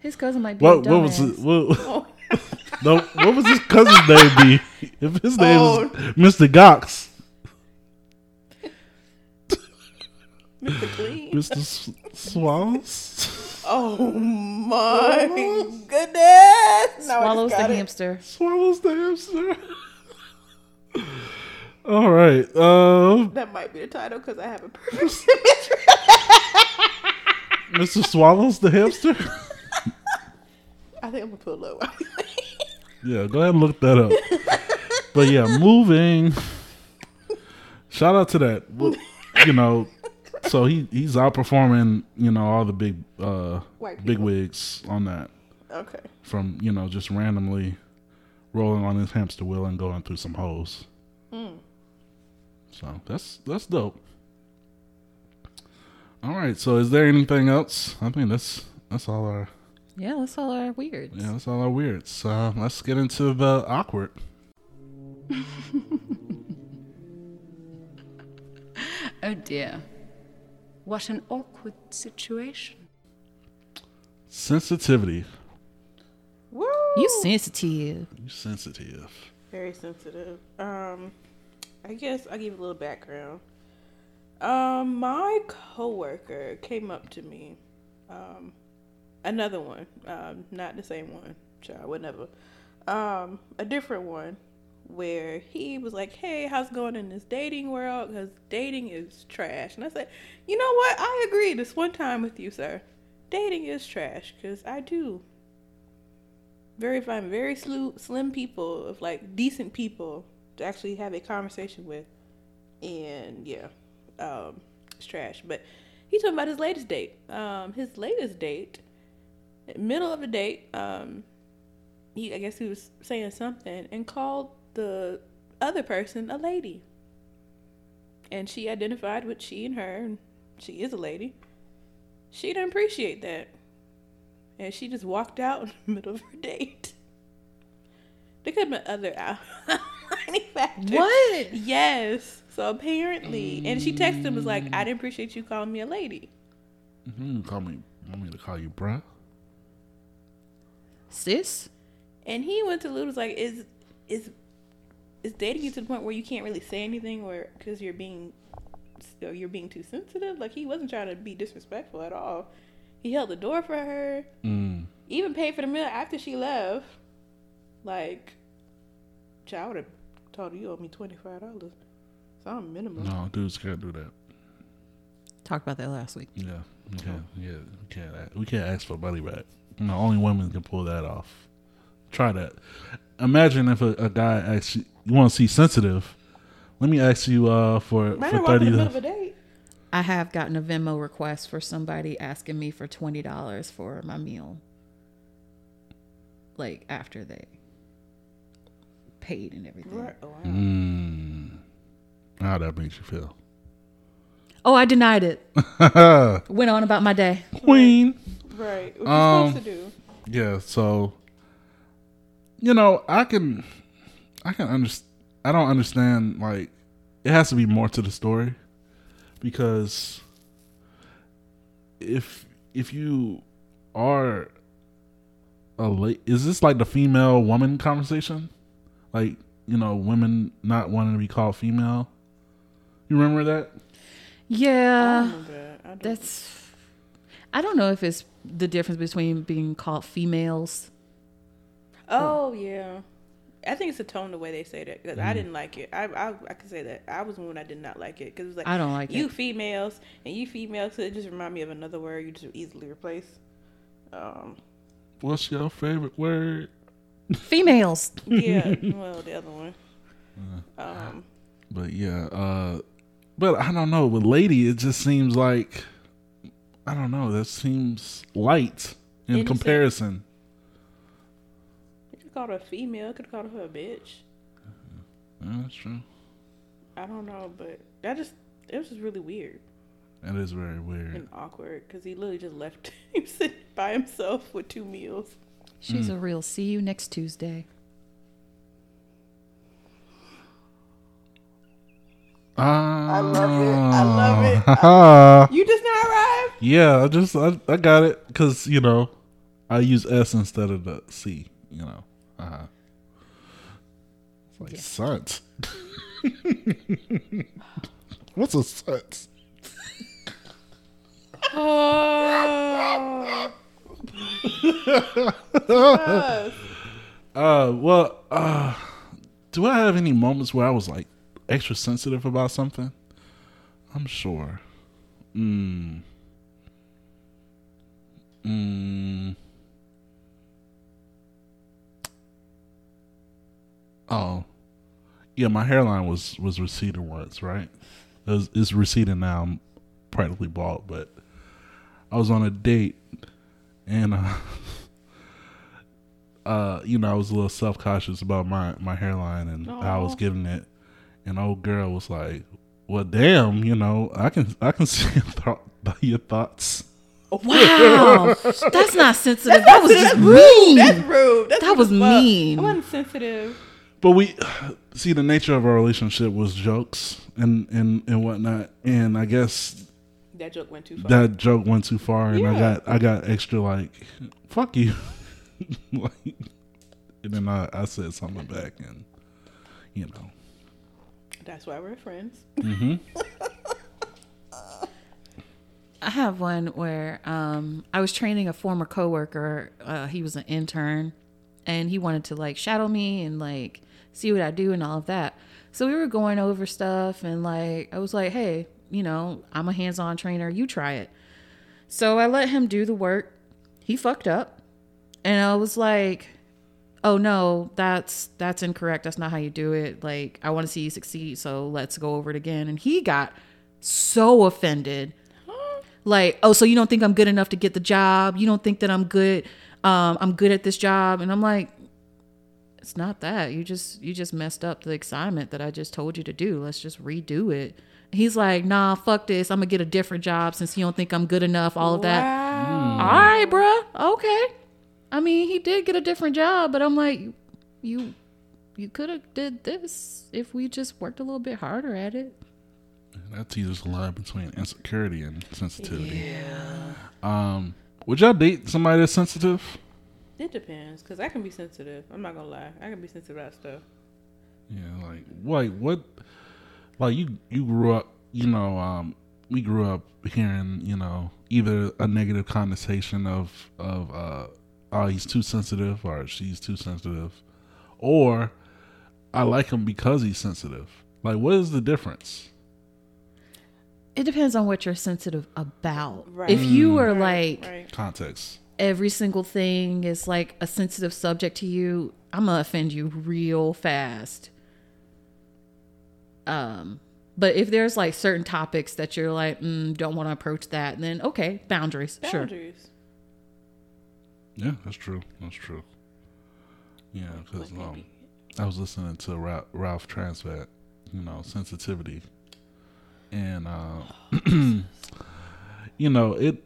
Speaker 3: his cousin might be.
Speaker 1: What
Speaker 3: a
Speaker 1: what was
Speaker 3: dumbass.
Speaker 1: it? What, no, what was his cousin's name be? If his name
Speaker 2: Oh.
Speaker 1: was Mr. Gox,
Speaker 2: Mr. Clean.
Speaker 1: Mr. S- Swallows,
Speaker 2: Oh my goodness! No,
Speaker 3: Swallows the
Speaker 2: it.
Speaker 3: hamster.
Speaker 1: Swallows the hamster. All right. Um,
Speaker 2: That might be the title because I have a perfect image.
Speaker 1: Mr. Swallows the hamster.
Speaker 2: I think I'm gonna put a little.
Speaker 1: Yeah, go ahead and look that up. but yeah, moving. Shout out to that. Well, You know, so he he's outperforming you know all the big uh
Speaker 2: White
Speaker 1: big
Speaker 2: people.
Speaker 1: wigs on that
Speaker 2: okay.
Speaker 1: from you know just randomly rolling on his hamster wheel and going through some holes.
Speaker 2: Hmm.
Speaker 1: So that's that's dope. All right, so is there anything else? I think that's that's all our
Speaker 3: Yeah, that's all our weird.
Speaker 1: yeah, that's all our weird. So um, let's get into the awkward.
Speaker 6: Oh dear. What an awkward situation.
Speaker 1: Sensitivity.
Speaker 2: Woo!
Speaker 3: You sensitive.
Speaker 1: You sensitive.
Speaker 2: Very sensitive. Um, I guess I'll give you a little background. Um, my coworker came up to me. Um, another one. Um, not the same one. Child, whatever. Um, a different one. Where he was like, "Hey, how's it going in this dating world? Because dating is trash." And I said, "You know what? I agree this one time with you, sir. Dating is trash because I do very fine, very slu- slim people of like decent people to actually have a conversation with, and yeah, um, it's trash. But he talking about his latest date. Um, his latest date, middle of the date, um, he I guess he was saying something and called the other person a lady, and she identified with she and her, and she is a lady. She didn't appreciate that and she just walked out in the middle of her date. There could have been other out- outlining factors.
Speaker 3: What?
Speaker 2: Yes. So apparently, and she texted him was like,
Speaker 1: Mm.
Speaker 2: "I didn't appreciate you calling me a lady."
Speaker 1: You can call me. Want me to call you bruh?
Speaker 3: Sis?
Speaker 2: And he went to Lou was like, "Is is is dating you to the point where you can't really say anything, or because you're being so you're being too sensitive?" Like he wasn't trying to be disrespectful at all. He held the door for her.
Speaker 1: Mm.
Speaker 2: even paid for the meal after she left. Like, child, I would have told her you owe me twenty five dollars. So I'm minimum.
Speaker 1: No, dudes can't do that.
Speaker 3: Talked about that last week.
Speaker 1: Yeah, we can't. Yeah, we can't. a- We can't ask for money back. You know, only women can pull that off. Try that. Imagine if a, a guy asks you, "You want to see sensitive? Let me ask you uh, for
Speaker 2: Might
Speaker 1: for
Speaker 2: have walked in
Speaker 1: thirty
Speaker 2: the middle of a date.
Speaker 3: I have gotten a Venmo request for somebody asking me for twenty dollars for my meal. Like after they paid and everything.
Speaker 2: Right. Oh, wow.
Speaker 1: Mm. How that makes you feel,
Speaker 3: Oh, I denied it. Went on about my day.
Speaker 1: Queen?
Speaker 2: right. What you
Speaker 1: Um,
Speaker 2: supposed to do?
Speaker 1: Yeah, so you know, I can I can understand I don't understand like it has to be more to the story because if if you are a late is this like the female woman conversation? Like, you know, women not wanting to be called female? You remember that?
Speaker 3: Yeah.
Speaker 2: Oh, God. I don't-
Speaker 3: That's. I don't know if it's the difference between being called females.
Speaker 2: oh yeah. I think it's the tone the way they say that because
Speaker 3: Mm-hmm.
Speaker 2: I didn't like it. I, I I can say that I was one I did not like it because it was like
Speaker 3: I don't like
Speaker 2: you
Speaker 3: it.
Speaker 2: females and you females. So it just reminded me of another word you just easily replace. Um,
Speaker 1: What's your favorite word?
Speaker 3: Females.
Speaker 2: yeah. well, the other one. Um,
Speaker 1: But yeah, uh but I don't know, with lady it just seems like I don't know, that seems light in
Speaker 2: Innocent.
Speaker 1: comparison.
Speaker 2: You could call her a female. Could call her a bitch.
Speaker 1: Yeah, that's true.
Speaker 2: I don't know, but that just it was just really weird
Speaker 1: That is very weird.
Speaker 2: and awkward because he literally just left. he was sitting by himself with two meals.
Speaker 3: She's a real. See you next Tuesday.
Speaker 1: I
Speaker 2: love it. I love it.
Speaker 1: love
Speaker 2: You just now arrived?
Speaker 1: yeah, I just I, I got it because you know I use S instead of the C. You know, uh-huh. It's like suds. What's a suds? Uh, well, uh, do I have any moments where I was like extra sensitive about something? I'm sure. Mm. Mm. Oh, yeah. My hairline was was receding once, right? It was- it's receding now. I'm practically bald, but I was on a date and. Uh, uh, you know, I was a little self conscious about my my hairline and how I was giving it. And old girl was like, "Well, damn, you know, I can I can see your, thought your thoughts."
Speaker 3: Wow, that's not sensitive. that was
Speaker 2: That's
Speaker 3: just mean.
Speaker 2: rude. That's
Speaker 3: That
Speaker 2: rude
Speaker 3: was
Speaker 2: as fuck.
Speaker 3: mean.
Speaker 2: I wasn't sensitive.
Speaker 1: But we see the nature of our relationship was jokes and and and whatnot. And I guess
Speaker 2: That joke went too far.
Speaker 1: that joke went too far, and I
Speaker 2: Yeah.
Speaker 1: got I got extra like, "Fuck you," like, and then I I said something back, and you know.
Speaker 2: That's why we're friends.
Speaker 3: I have one where um, I was training a former coworker. Uh, he was an intern, and he wanted to like shadow me and like see what I do and all of that. So we were going over stuff, and like I was like, "Hey, you know, I'm a hands-on trainer. You try it." So I let him do the work. He fucked up, and I was like, "Oh no, that's that's incorrect. That's not how you do it. Like I want to see you succeed, so let's go over it again." And he got so offended like oh so you don't think i'm good enough to get the job you don't think that i'm good um i'm good at this job and i'm like it's not that you just you just messed up the assignment that i just told you to do let's just redo it he's like nah fuck this i'm gonna get a different job since you don't think i'm good enough all of that all right bruh okay i mean he did get a different job but i'm like you you could have did this if we just worked a little bit harder at it
Speaker 1: That teases a line between insecurity and sensitivity. Um, would y'all date somebody that's sensitive?
Speaker 2: It depends, cause I can be sensitive. I'm not gonna lie. I can be sensitive about stuff.
Speaker 1: Yeah, like like what? Like you you grew up, you know, um, we grew up hearing, you know, either a negative connotation of of uh, oh he's too sensitive or she's too sensitive, or I like him because he's sensitive. Like, what is the difference?
Speaker 3: it depends on what you're sensitive about.
Speaker 2: Right.
Speaker 3: If you are like
Speaker 2: Right?
Speaker 1: Context.
Speaker 3: every single thing is like a sensitive subject to you, I'm gonna offend you real fast. Um, but if there's like certain topics that you're like, mm, don't want to approach that, then okay, boundaries, sure.
Speaker 2: Boundaries.
Speaker 1: Yeah, that's true. That's true. Yeah, because um, I was listening to Ra- Ralph Transvat, you know, sensitivity, and uh, you know it.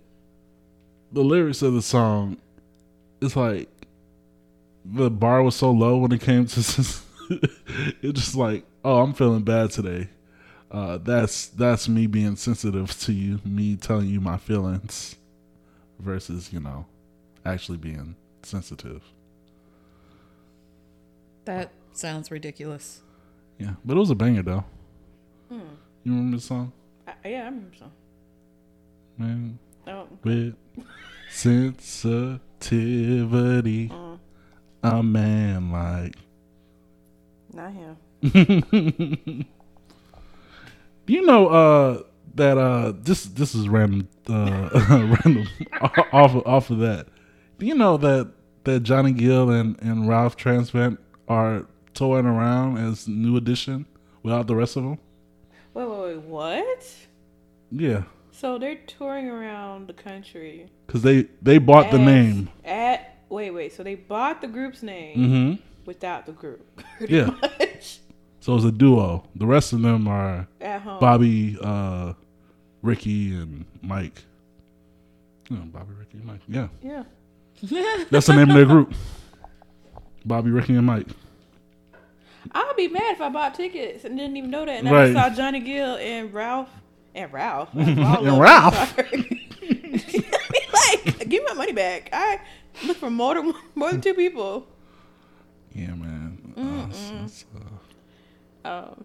Speaker 1: The lyrics of the song, it's like the bar was so low when it came to. it's just like, oh, I'm feeling bad today. Uh, that's that's me being sensitive to you, me telling you my feelings, versus you know, actually being sensitive.
Speaker 3: That sounds ridiculous.
Speaker 1: Yeah, but it was a banger though. You remember the song?
Speaker 2: I, yeah, I remember some.
Speaker 1: Man,
Speaker 2: Oh,
Speaker 1: with sensitivity, a man like.
Speaker 2: not him.
Speaker 1: You know uh that uh this this is random uh random off of- off of that. Do you know that that Johnny Gill and and Ralph Transvant are touring around as New Edition without the rest of them?
Speaker 2: Wait, wait, wait. What?
Speaker 1: Yeah,
Speaker 2: So they're touring around the country.
Speaker 1: because they they bought the
Speaker 2: as-
Speaker 1: name.
Speaker 2: At wait, wait. So they bought the group's name
Speaker 1: Mm-hmm.
Speaker 2: without the group. pretty
Speaker 1: Yeah.
Speaker 2: much.
Speaker 1: So it's a duo. The rest of them are
Speaker 2: At home.
Speaker 1: Bobby, uh, Ricky, and Mike. No, Bobby, Ricky, and Mike. Yeah,
Speaker 2: Yeah.
Speaker 1: that's the name of their group. Bobby, Ricky, and Mike.
Speaker 2: I'll be mad if I bought tickets and didn't even know that. And
Speaker 1: Right.
Speaker 2: I saw Johnny Gill and Ralph and Ralph and
Speaker 1: And Ralph.
Speaker 2: like, give my money back. I look for more than more than two people.
Speaker 1: Yeah, man. Uh, it's- it's, uh,
Speaker 2: Um,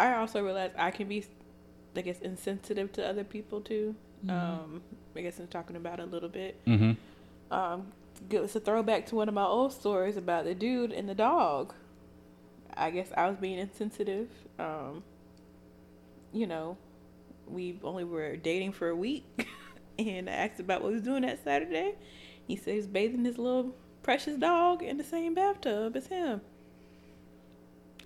Speaker 2: I also realized I can be, I guess, insensitive to other people too. Um, I guess I'm talking about it a little bit.
Speaker 1: Mhm.
Speaker 2: Um, it's a throwback to one of my old stories about the dude and the dog. I guess I was being insensitive. Um, you know, we only were dating for a week, and I asked about what he was doing that Saturday. He said he's bathing his little precious dog in the same bathtub as him.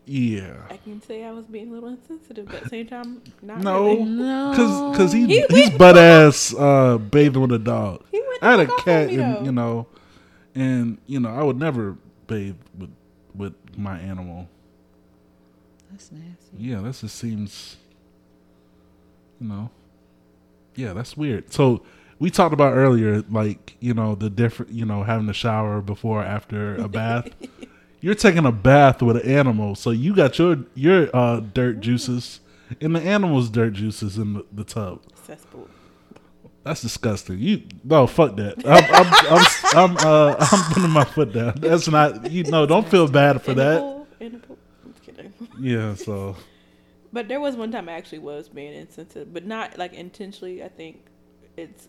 Speaker 1: yeah.
Speaker 2: I can say I was being a little insensitive, but at the same time, not
Speaker 1: No,
Speaker 2: really.
Speaker 1: cause cause he,
Speaker 2: He
Speaker 1: he's
Speaker 2: went-
Speaker 1: butt ass uh, bathing with a dog.
Speaker 2: He went
Speaker 1: I had a
Speaker 2: the fuck off
Speaker 1: cat,
Speaker 2: on me,
Speaker 1: and
Speaker 2: though.
Speaker 1: you know, and you know, I would never bathe with with my animal.
Speaker 3: That's nasty.
Speaker 1: Yeah, that just seems, you know, yeah, that's weird. So we talked about earlier, like you know, the different, you know, having a shower before or after a bath. You're taking a bath with an animal, so you got your your uh, dirt juices and the animal's dirt juices in the, the tub.
Speaker 2: Cesspool.
Speaker 1: That's disgusting. You no, fuck that. I'm I'm I'm, I'm, uh, I'm putting my foot down. That's not you know. Don't feel bad for
Speaker 2: In the
Speaker 1: that.
Speaker 2: pool, in the pool. I'm just kidding.
Speaker 1: Yeah. So
Speaker 2: But there was one time I actually was being insensitive, but not like intentionally. I think it's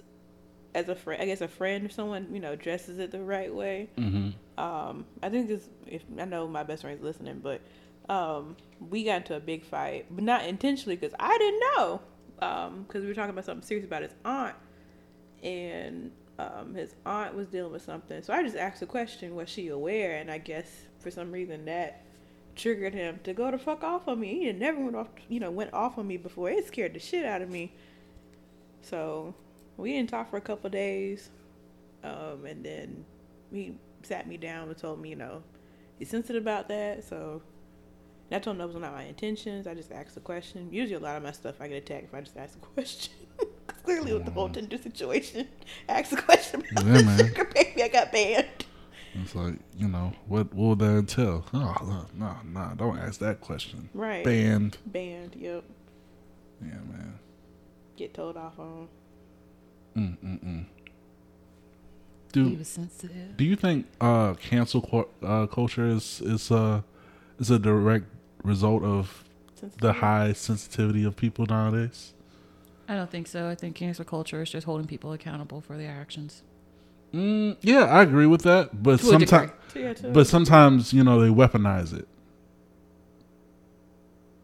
Speaker 2: as a friend. I guess a friend or someone you know dresses it the right way.
Speaker 1: Mm-hmm.
Speaker 2: Um, I think it's if I know my best friend's listening, but um, we got into a big fight, but not intentionally because I didn't know. Because we were talking about something serious about his aunt, and um, his aunt was dealing with something. So I just asked the question, was she aware? And I guess for some reason that triggered him to go the fuck off on me. He never went off, you know, went off on me before. It scared the shit out of me. So we didn't talk for a couple days, um, and then he sat me down and told me, you know, he's sensitive about that. So and I told him that was not my intentions. I just asked a question. Usually, a lot of my stuff I get attacked if I just ask a question. 'Cause Clearly, with the whole Tinder situation, I asked a question about
Speaker 1: Yeah,
Speaker 2: the
Speaker 1: man.
Speaker 2: sugar baby. I got banned.
Speaker 1: it's like you know what what would that entail? Oh no no don't ask that question.
Speaker 2: Right.
Speaker 1: Banned.
Speaker 2: Banned. Yep.
Speaker 1: Yeah man.
Speaker 2: Get told off on.
Speaker 1: Mm mm mm.
Speaker 3: He
Speaker 1: Do
Speaker 3: was sensitive.
Speaker 1: do you think uh cancel cor- uh, culture is is uh is a direct result of the high sensitivity of people nowadays?
Speaker 3: I don't think so. I think cancer culture is just holding people accountable for their actions.
Speaker 1: Mm, yeah, I agree with that, but
Speaker 3: To a degree.
Speaker 1: sometimes.
Speaker 2: Yeah, too.
Speaker 1: But sometimes, you know, they weaponize it.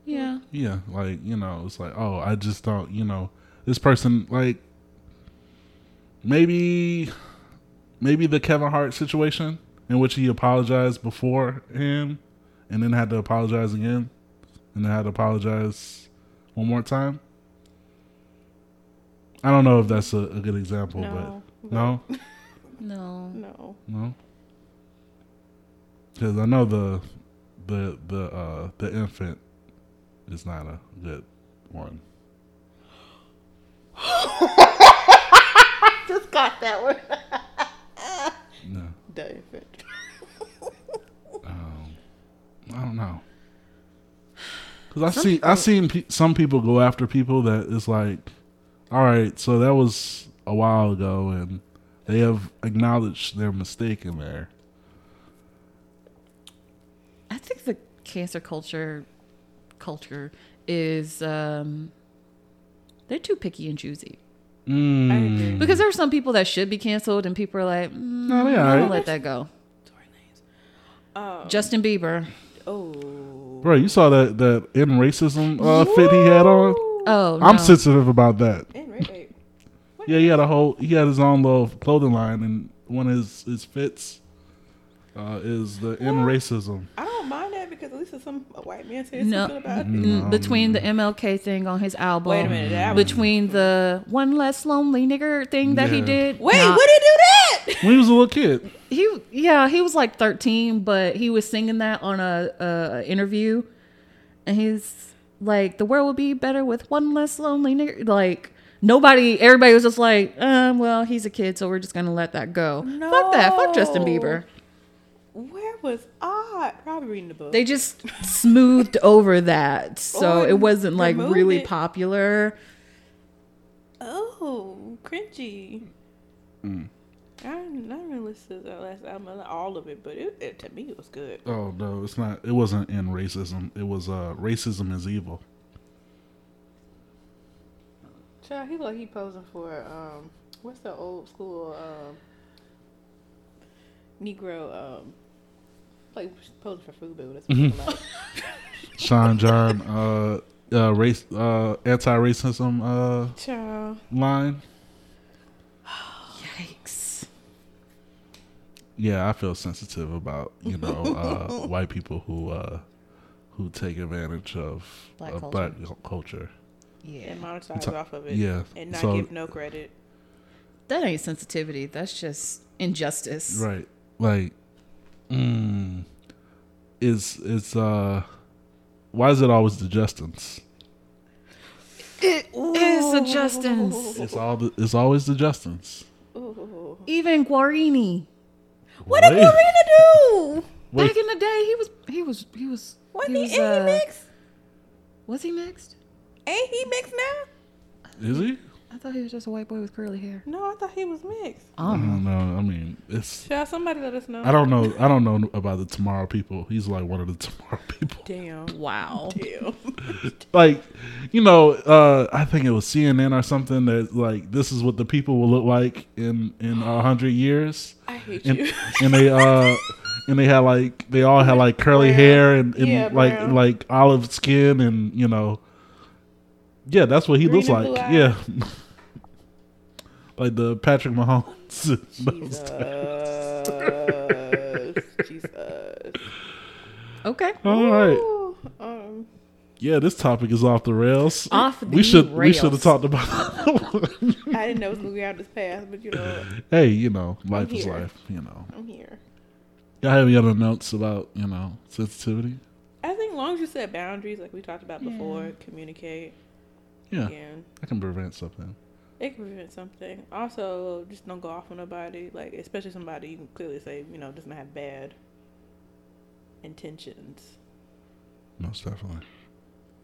Speaker 3: Yeah.
Speaker 1: Yeah, like, you know, it's like, oh, I just don't, you know, this person, like, maybe, maybe the Kevin Hart situation in which he apologized before him and then had to apologize again and then had to apologize one more time. I don't know if that's a, a good example,
Speaker 2: No,
Speaker 1: but no,
Speaker 3: No.
Speaker 2: no.
Speaker 1: No. Because I know the the the uh the infant is not a good one.
Speaker 2: Just got that one.
Speaker 1: No,
Speaker 2: The infant.
Speaker 1: I don't know. Because I've seen I've seen pe- some people go after people that is like, all right, so that was a while ago, and they have acknowledged their mistake in there.
Speaker 3: I think the cancer culture culture is um they're too picky and choosy.
Speaker 2: I agree.
Speaker 3: Because there are some people that should be canceled and people are like, mm,
Speaker 1: No, they
Speaker 3: I'm
Speaker 1: all
Speaker 3: gonna
Speaker 1: right.
Speaker 3: let that go. Um,
Speaker 2: Tory Lanez.
Speaker 3: Justin Bieber.
Speaker 2: Oh.
Speaker 1: Bro, you saw that that in racism uh, fit he had on.
Speaker 3: Oh no.
Speaker 1: I'm sensitive about that.
Speaker 2: And Ray Ray.
Speaker 1: Yeah, he had a whole. He had his own little clothing line, and one of his his fits uh, is the end racism.
Speaker 2: I don't mind that because at least it's some a white man saying
Speaker 3: No.
Speaker 2: something about it.
Speaker 3: Mm, Between the MLK thing on his album.
Speaker 2: Wait a minute. That was,
Speaker 3: Between the one less lonely nigger thing that he
Speaker 1: Yeah.
Speaker 3: did.
Speaker 2: wait,
Speaker 3: Nah.
Speaker 2: would he do that?
Speaker 1: When he was a little kid,
Speaker 3: he yeah he was like 13 but he was singing that on a, a interview and he's like the world would be better with one less lonely nigger like nobody everybody was just like um well he's a kid so we're just gonna let that go fuck that fuck justin
Speaker 2: No.
Speaker 3: bieber
Speaker 2: Where was I? Probably reading the book.
Speaker 3: They just smoothed over that, so
Speaker 2: Or
Speaker 3: it wasn't like
Speaker 2: removed
Speaker 3: really
Speaker 2: it.
Speaker 3: popular.
Speaker 2: oh, cringy. I didn't, I didn't listen to that last album, not all of it, but it, it to me it was good.
Speaker 1: Oh no, it's not. It wasn't in racism. It was uh, racism is evil.
Speaker 2: Child, he like he posing for um, what's the old school um, Negro um, like posing for food bill. That's what he like.
Speaker 1: Sean John, uh, uh, race, uh, anti-racism, uh,
Speaker 2: Child,
Speaker 1: line.
Speaker 3: Yikes!
Speaker 1: Yeah, I feel sensitive about you know uh, white people who uh, who take advantage of
Speaker 3: Black
Speaker 1: of
Speaker 3: culture.
Speaker 1: black culture.
Speaker 3: Yeah,
Speaker 2: and monetize off of it.
Speaker 1: yeah,
Speaker 2: and not
Speaker 1: so-
Speaker 2: give no credit.
Speaker 3: that ain't sensitivity. That's just injustice.
Speaker 1: Right. Like, mm, it's it's uh, why is it always the Justins?
Speaker 3: It's a Justin's.
Speaker 1: It's all the, it's always the Justins.
Speaker 2: Ooh.
Speaker 3: Even Guarini.
Speaker 1: What did Marina
Speaker 2: do?
Speaker 1: Wait.
Speaker 3: Back in the day, he was he was he was
Speaker 2: Wasn't
Speaker 3: he
Speaker 2: he,
Speaker 3: was,
Speaker 2: ain't
Speaker 3: uh,
Speaker 2: he mixed?
Speaker 3: Was he mixed?
Speaker 2: Ain't he mixed now?
Speaker 1: Is he?
Speaker 3: I thought he was just a white boy with curly hair.
Speaker 2: No, I thought he was mixed.
Speaker 1: I don't know. Mm, I mean, it's
Speaker 2: Child, somebody let us know.
Speaker 1: I don't know. I don't know about the Tomorrow people. He's like one of the Tomorrow people.
Speaker 2: Damn.
Speaker 3: Wow.
Speaker 2: Damn.
Speaker 1: Like, you know, uh, I think it was CNN or something that like this is what the people will look like in in a hundred years.
Speaker 2: I hate
Speaker 1: and,
Speaker 2: you.
Speaker 1: and they uh and they had like they all had like curly hair and, and
Speaker 2: Yeah,
Speaker 1: like
Speaker 2: brown.
Speaker 1: like olive skin and you know yeah that's what he
Speaker 2: Green
Speaker 1: looks
Speaker 2: and
Speaker 1: like
Speaker 2: blue
Speaker 1: yeah like the Patrick Mahomes
Speaker 2: Jesus. Jesus.
Speaker 3: Okay.
Speaker 1: all right
Speaker 2: Ooh, um,
Speaker 1: yeah this topic is off the rails
Speaker 3: Off
Speaker 1: we
Speaker 3: the
Speaker 1: should we
Speaker 3: rails.
Speaker 1: should have talked about
Speaker 2: I didn't know it was going to be out this past, but you know,
Speaker 1: hey you know life is
Speaker 2: here.
Speaker 1: life you know
Speaker 2: I'm here.
Speaker 1: y'all have any other notes about you know sensitivity
Speaker 2: I think as long as you set boundaries, like we talked about before, communicate
Speaker 1: yeah,
Speaker 2: again.
Speaker 1: I can prevent something
Speaker 2: It can prevent something. Also, just don't go off on nobody, like especially somebody you can clearly say, you know, doesn't have bad intentions.
Speaker 1: most definitely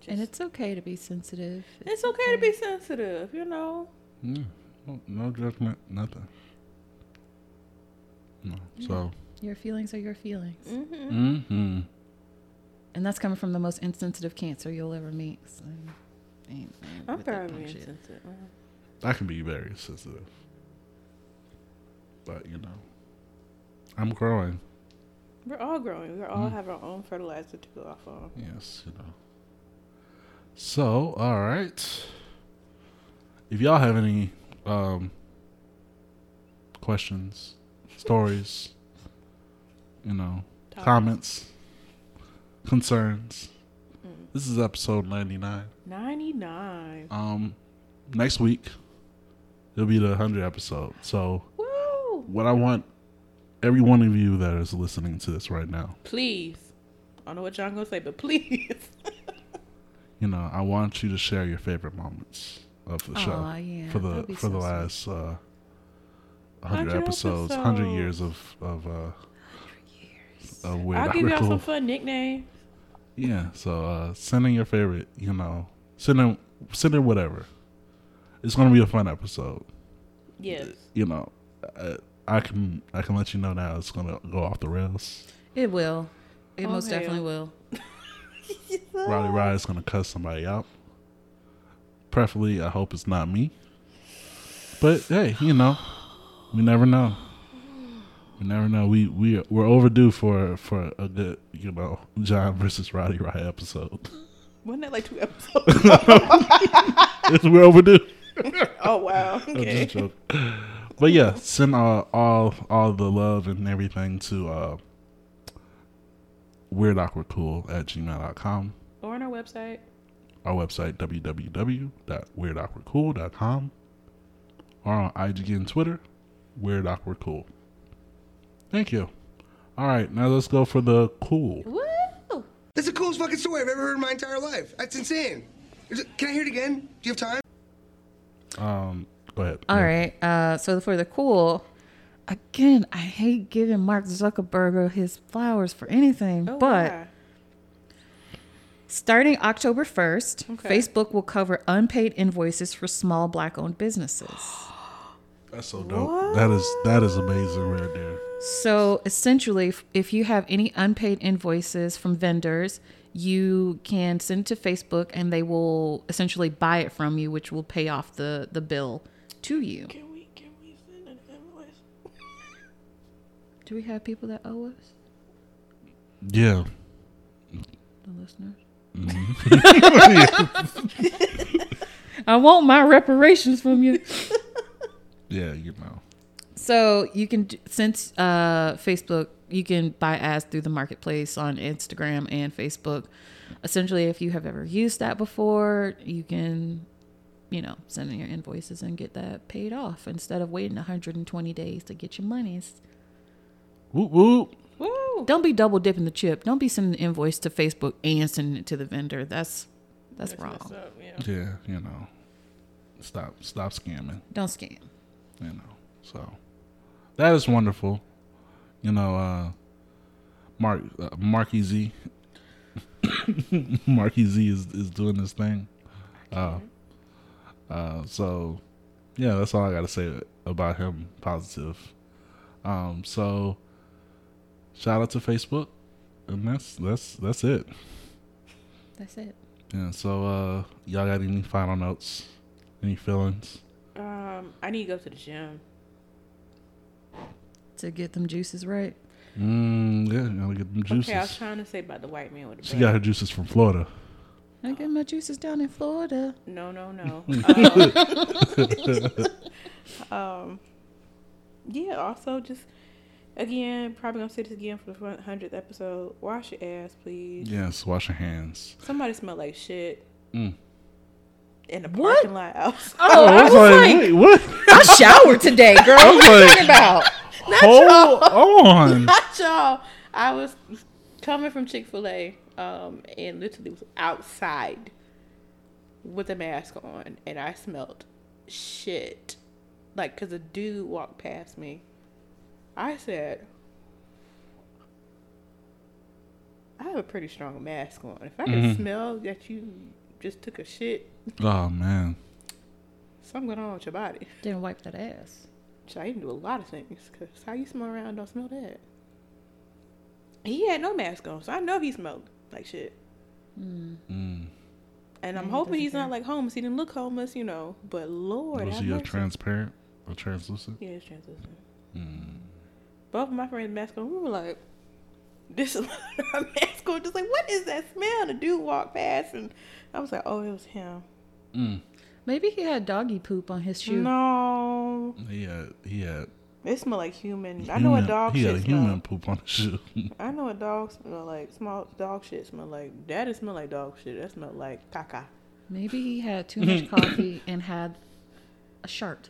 Speaker 2: Just,
Speaker 3: And it's okay to be sensitive.
Speaker 2: it's okay to be sensitive, you know.
Speaker 1: Yeah. No, no judgment, nothing. No. So.
Speaker 3: Your feelings are your feelings.
Speaker 1: Mm-hmm.
Speaker 3: And that's coming from the most insensitive cancer you'll ever meet. So, ain't- ain't
Speaker 2: I'm
Speaker 3: with that
Speaker 2: probably
Speaker 3: punk shit.
Speaker 2: insensitive.
Speaker 1: I can be very sensitive. But, you know, I'm growing.
Speaker 2: We're all growing. We all
Speaker 3: Mm.
Speaker 2: have our own fertilizer to go off on.
Speaker 1: Yes, you know. So, all right. If y'all have any um, questions, stories, you know,
Speaker 2: Topics.
Speaker 1: comments, concerns, this is episode 99.
Speaker 2: Ninety nine.
Speaker 3: Uh.
Speaker 1: Um, next week it'll be the hundred episode. So
Speaker 2: Woo!
Speaker 1: what I want every one of you that is listening to this right now,
Speaker 2: Please. I don't know what y'all gonna say, but please.
Speaker 1: you know, I want you to share your favorite moments of the show
Speaker 3: Aw, yeah,
Speaker 1: for the
Speaker 3: that'd be
Speaker 1: for the
Speaker 3: so
Speaker 1: last
Speaker 3: sweet.
Speaker 1: uh, hundred
Speaker 2: 100
Speaker 1: episodes, hundred years of of uh, of weird
Speaker 2: I'll give y'all
Speaker 1: Oracle.
Speaker 2: some fun nicknames.
Speaker 1: Yeah, so uh, send in your favorite, you know, send in send in whatever. It's gonna be a fun episode.
Speaker 2: Yes.
Speaker 1: you know, I, I can I can let you know now it's gonna go off the rails.
Speaker 3: It will. It
Speaker 2: Oh,
Speaker 3: most
Speaker 2: hell.
Speaker 3: definitely will.
Speaker 1: Roddy Roddy's gonna cuss somebody out. Preferably, I hope it's not me. But hey, you know, we never know. We never know. We we we're overdue for for a good you know John versus Roddy Roddy episode.
Speaker 2: Wasn't that like two episodes?
Speaker 1: we're overdue.
Speaker 2: oh wow. Okay.
Speaker 1: Just joke. But yeah, send uh, all all the love and everything to uh, weirdawkwardcool at gmail.com.
Speaker 2: Or on our website.
Speaker 1: Our website, www.weirdawkwardcool.com. Or on IG and Twitter, Weird Awkward Cool. Thank you. All right, now let's go for the cool.
Speaker 7: That's the coolest fucking story I've ever heard in my entire life. That's insane. Is it- Can I hear it again? Do you have time?
Speaker 1: Um, go ahead.
Speaker 3: All right. Uh, so for the cool, again, I hate giving Mark Zuckerberg his flowers for anything,
Speaker 2: Oh,
Speaker 3: but
Speaker 2: yeah.
Speaker 3: starting October 1st,
Speaker 2: Okay.
Speaker 3: Facebook will cover unpaid invoices for small black owned businesses.
Speaker 1: That's so dope. That is that is amazing right there.
Speaker 3: So essentially, if- if you have any unpaid invoices from vendors, you can send it to Facebook and they will essentially buy it from you, which will pay off the, the bill to you.
Speaker 2: Can we can we send an invoice?
Speaker 3: Do we have people that owe us?
Speaker 1: Yeah.
Speaker 3: The listeners? I want my reparations from you.
Speaker 1: Yeah, you know.
Speaker 3: So you can d- since uh, Facebook, you can buy ads through the marketplace on Instagram and Facebook. Essentially, if you have ever used that before, you can, you know, send in your invoices and get that paid off instead of waiting 120 days to get your monies.
Speaker 1: Whoop whoop.
Speaker 2: Woo!
Speaker 3: Don't be double dipping the chip. Don't be sending the invoice to Facebook and sending it to the vendor. That's that's,
Speaker 2: What's
Speaker 3: wrong.
Speaker 2: up? Yeah.
Speaker 1: Yeah, you know. Stop stop scamming,
Speaker 3: Don't scam.
Speaker 1: you know. So that is wonderful. You know, uh Mark uh, Marky Z Marky Z is, is doing this thing. Uh uh so yeah, that's all I gotta say about him positive. Um so shout out to Facebook and that's that's that's it.
Speaker 3: That's it.
Speaker 1: Yeah, so uh y'all got any final notes? Any feelings?
Speaker 2: Um, I need to go to the gym.
Speaker 3: To get them juices right.
Speaker 1: Mm, yeah, gotta get them juices.
Speaker 2: Okay, I was trying to say about the white man with the
Speaker 1: she
Speaker 2: bag.
Speaker 1: got her juices from Florida.
Speaker 3: I get my juices down in Florida.
Speaker 2: No, no, no. um, um, yeah. Also, just again, probably gonna say this again for the hundredth episode. Wash your ass, please.
Speaker 1: Yes, wash your hands.
Speaker 2: Somebody smell like shit
Speaker 1: Mm.
Speaker 2: in the
Speaker 3: What?
Speaker 2: parking lot. outside.
Speaker 3: Oh, I was like,
Speaker 1: wait, what?
Speaker 3: I showered today, girl.
Speaker 1: I
Speaker 3: What are you
Speaker 1: was
Speaker 3: talking
Speaker 1: like-
Speaker 3: about?
Speaker 1: Hold on.
Speaker 2: Not y'all. I was coming from Chick Fil A, um, and literally was outside with a mask on, and I smelled shit. Like, cause a dude walked past me. I said, "I have a pretty strong mask on. If I can smell that you just took a shit,
Speaker 1: Oh man.
Speaker 2: something going on with your body."
Speaker 3: Didn't wipe that ass.
Speaker 2: So I can do a lot of things because how you smell around don't smell that. He had no mask on, so I know he smelled like shit.
Speaker 1: Mm.
Speaker 2: And I'm hoping he's not like homeless. He didn't look homeless, you know. But Lord,
Speaker 1: Was
Speaker 2: have
Speaker 1: he Oh, a
Speaker 2: mercy.
Speaker 1: transparent or translucent?
Speaker 2: yeah, it's translucent.
Speaker 1: Mm.
Speaker 2: Both of my friends mask on. We were like, this is my mask on. Just like, what is that smell? The dude walked past, and I was like, oh, it was him.
Speaker 3: Maybe he had doggy poop on his shoe.
Speaker 2: No,
Speaker 1: He had he had
Speaker 2: it smelled like human. I know a
Speaker 1: human-
Speaker 2: dog.
Speaker 1: He
Speaker 2: shit
Speaker 1: had a
Speaker 2: smell.
Speaker 1: human poop on his shoe.
Speaker 2: I know what dogs smell like. Small dog shit smell like. That didn't smell like dog shit. That smelled like caca.
Speaker 3: Maybe he had too much coffee and had a shart.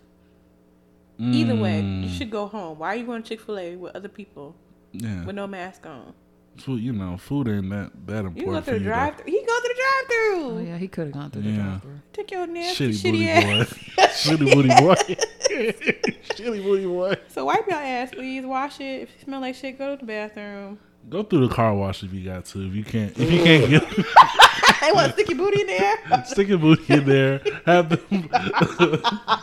Speaker 2: Either way, you should go home. Why are you going to Chick Fil A with other people
Speaker 1: yeah.
Speaker 2: with no mask on?
Speaker 1: Food, you know, food ain't that that important.
Speaker 2: You go
Speaker 1: for
Speaker 2: through
Speaker 1: you
Speaker 2: the drive.
Speaker 1: to-
Speaker 2: thru He go through the drive
Speaker 3: Oh
Speaker 2: through.
Speaker 3: yeah, he could have gone through the
Speaker 1: Yeah.
Speaker 3: drive-through.
Speaker 2: Take your nasty
Speaker 1: Shitty,
Speaker 2: shitty,
Speaker 1: booty
Speaker 2: ass.
Speaker 1: boy. Shitty booty boy. Shitty booty boy.
Speaker 2: So wipe your ass, please. Wash it. If you smell like shit, go to the bathroom.
Speaker 1: Go through the car wash if you got to. If you can't, if you can't get
Speaker 2: I want sticky booty in there.
Speaker 1: stick a booty in there. Have them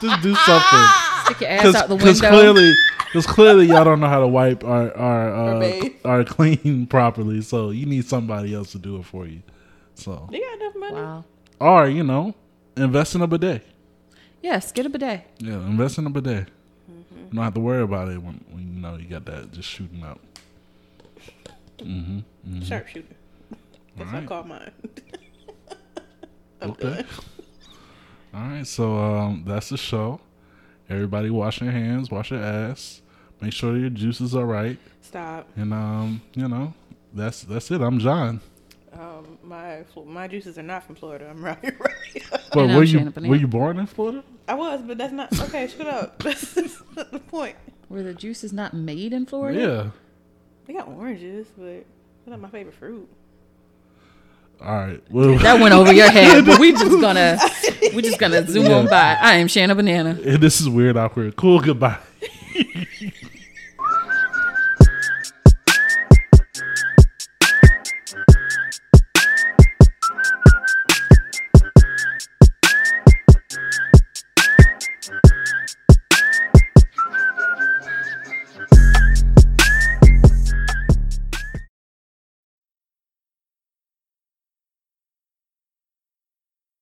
Speaker 1: just do something.
Speaker 3: Stick your ass out the window.
Speaker 1: clearly, because clearly y'all don't know how to wipe our our uh,
Speaker 2: bathe.
Speaker 1: our clean properly. So you need somebody else to do it for you. So
Speaker 2: They got enough money.
Speaker 3: wow.
Speaker 1: or you know, invest in a bidet.
Speaker 3: Yes, get a bidet.
Speaker 1: Yeah, invest in a bidet.
Speaker 3: Mm-hmm.
Speaker 1: You don't have to worry about it when, when you know you got that just shooting up.
Speaker 2: Sharpshooter. That's what I
Speaker 1: Alright.
Speaker 2: call mine.
Speaker 1: Okay. All right, so um, that's the show. Everybody, wash your hands, wash your ass, make sure your juices are right,
Speaker 2: Stop.
Speaker 1: and um, you know, that's that's it. I'm John.
Speaker 2: Um, my fl- my juices are not from Florida. I'm right. right.
Speaker 1: But
Speaker 3: And I'm
Speaker 1: were you
Speaker 3: Shannon Bonilla.
Speaker 1: were you born in Florida?
Speaker 2: I was, but that's not okay. shut up. That's not the point.
Speaker 3: Where the juice is not made in Florida.
Speaker 1: Yeah.
Speaker 2: They got oranges, but that's not my favorite fruit.
Speaker 1: All right. Well,
Speaker 3: That went over your head, but we just gonna we just gonna zoom on by. I am Shanna Banana.
Speaker 1: this is weird, awkward, cool. Goodbye.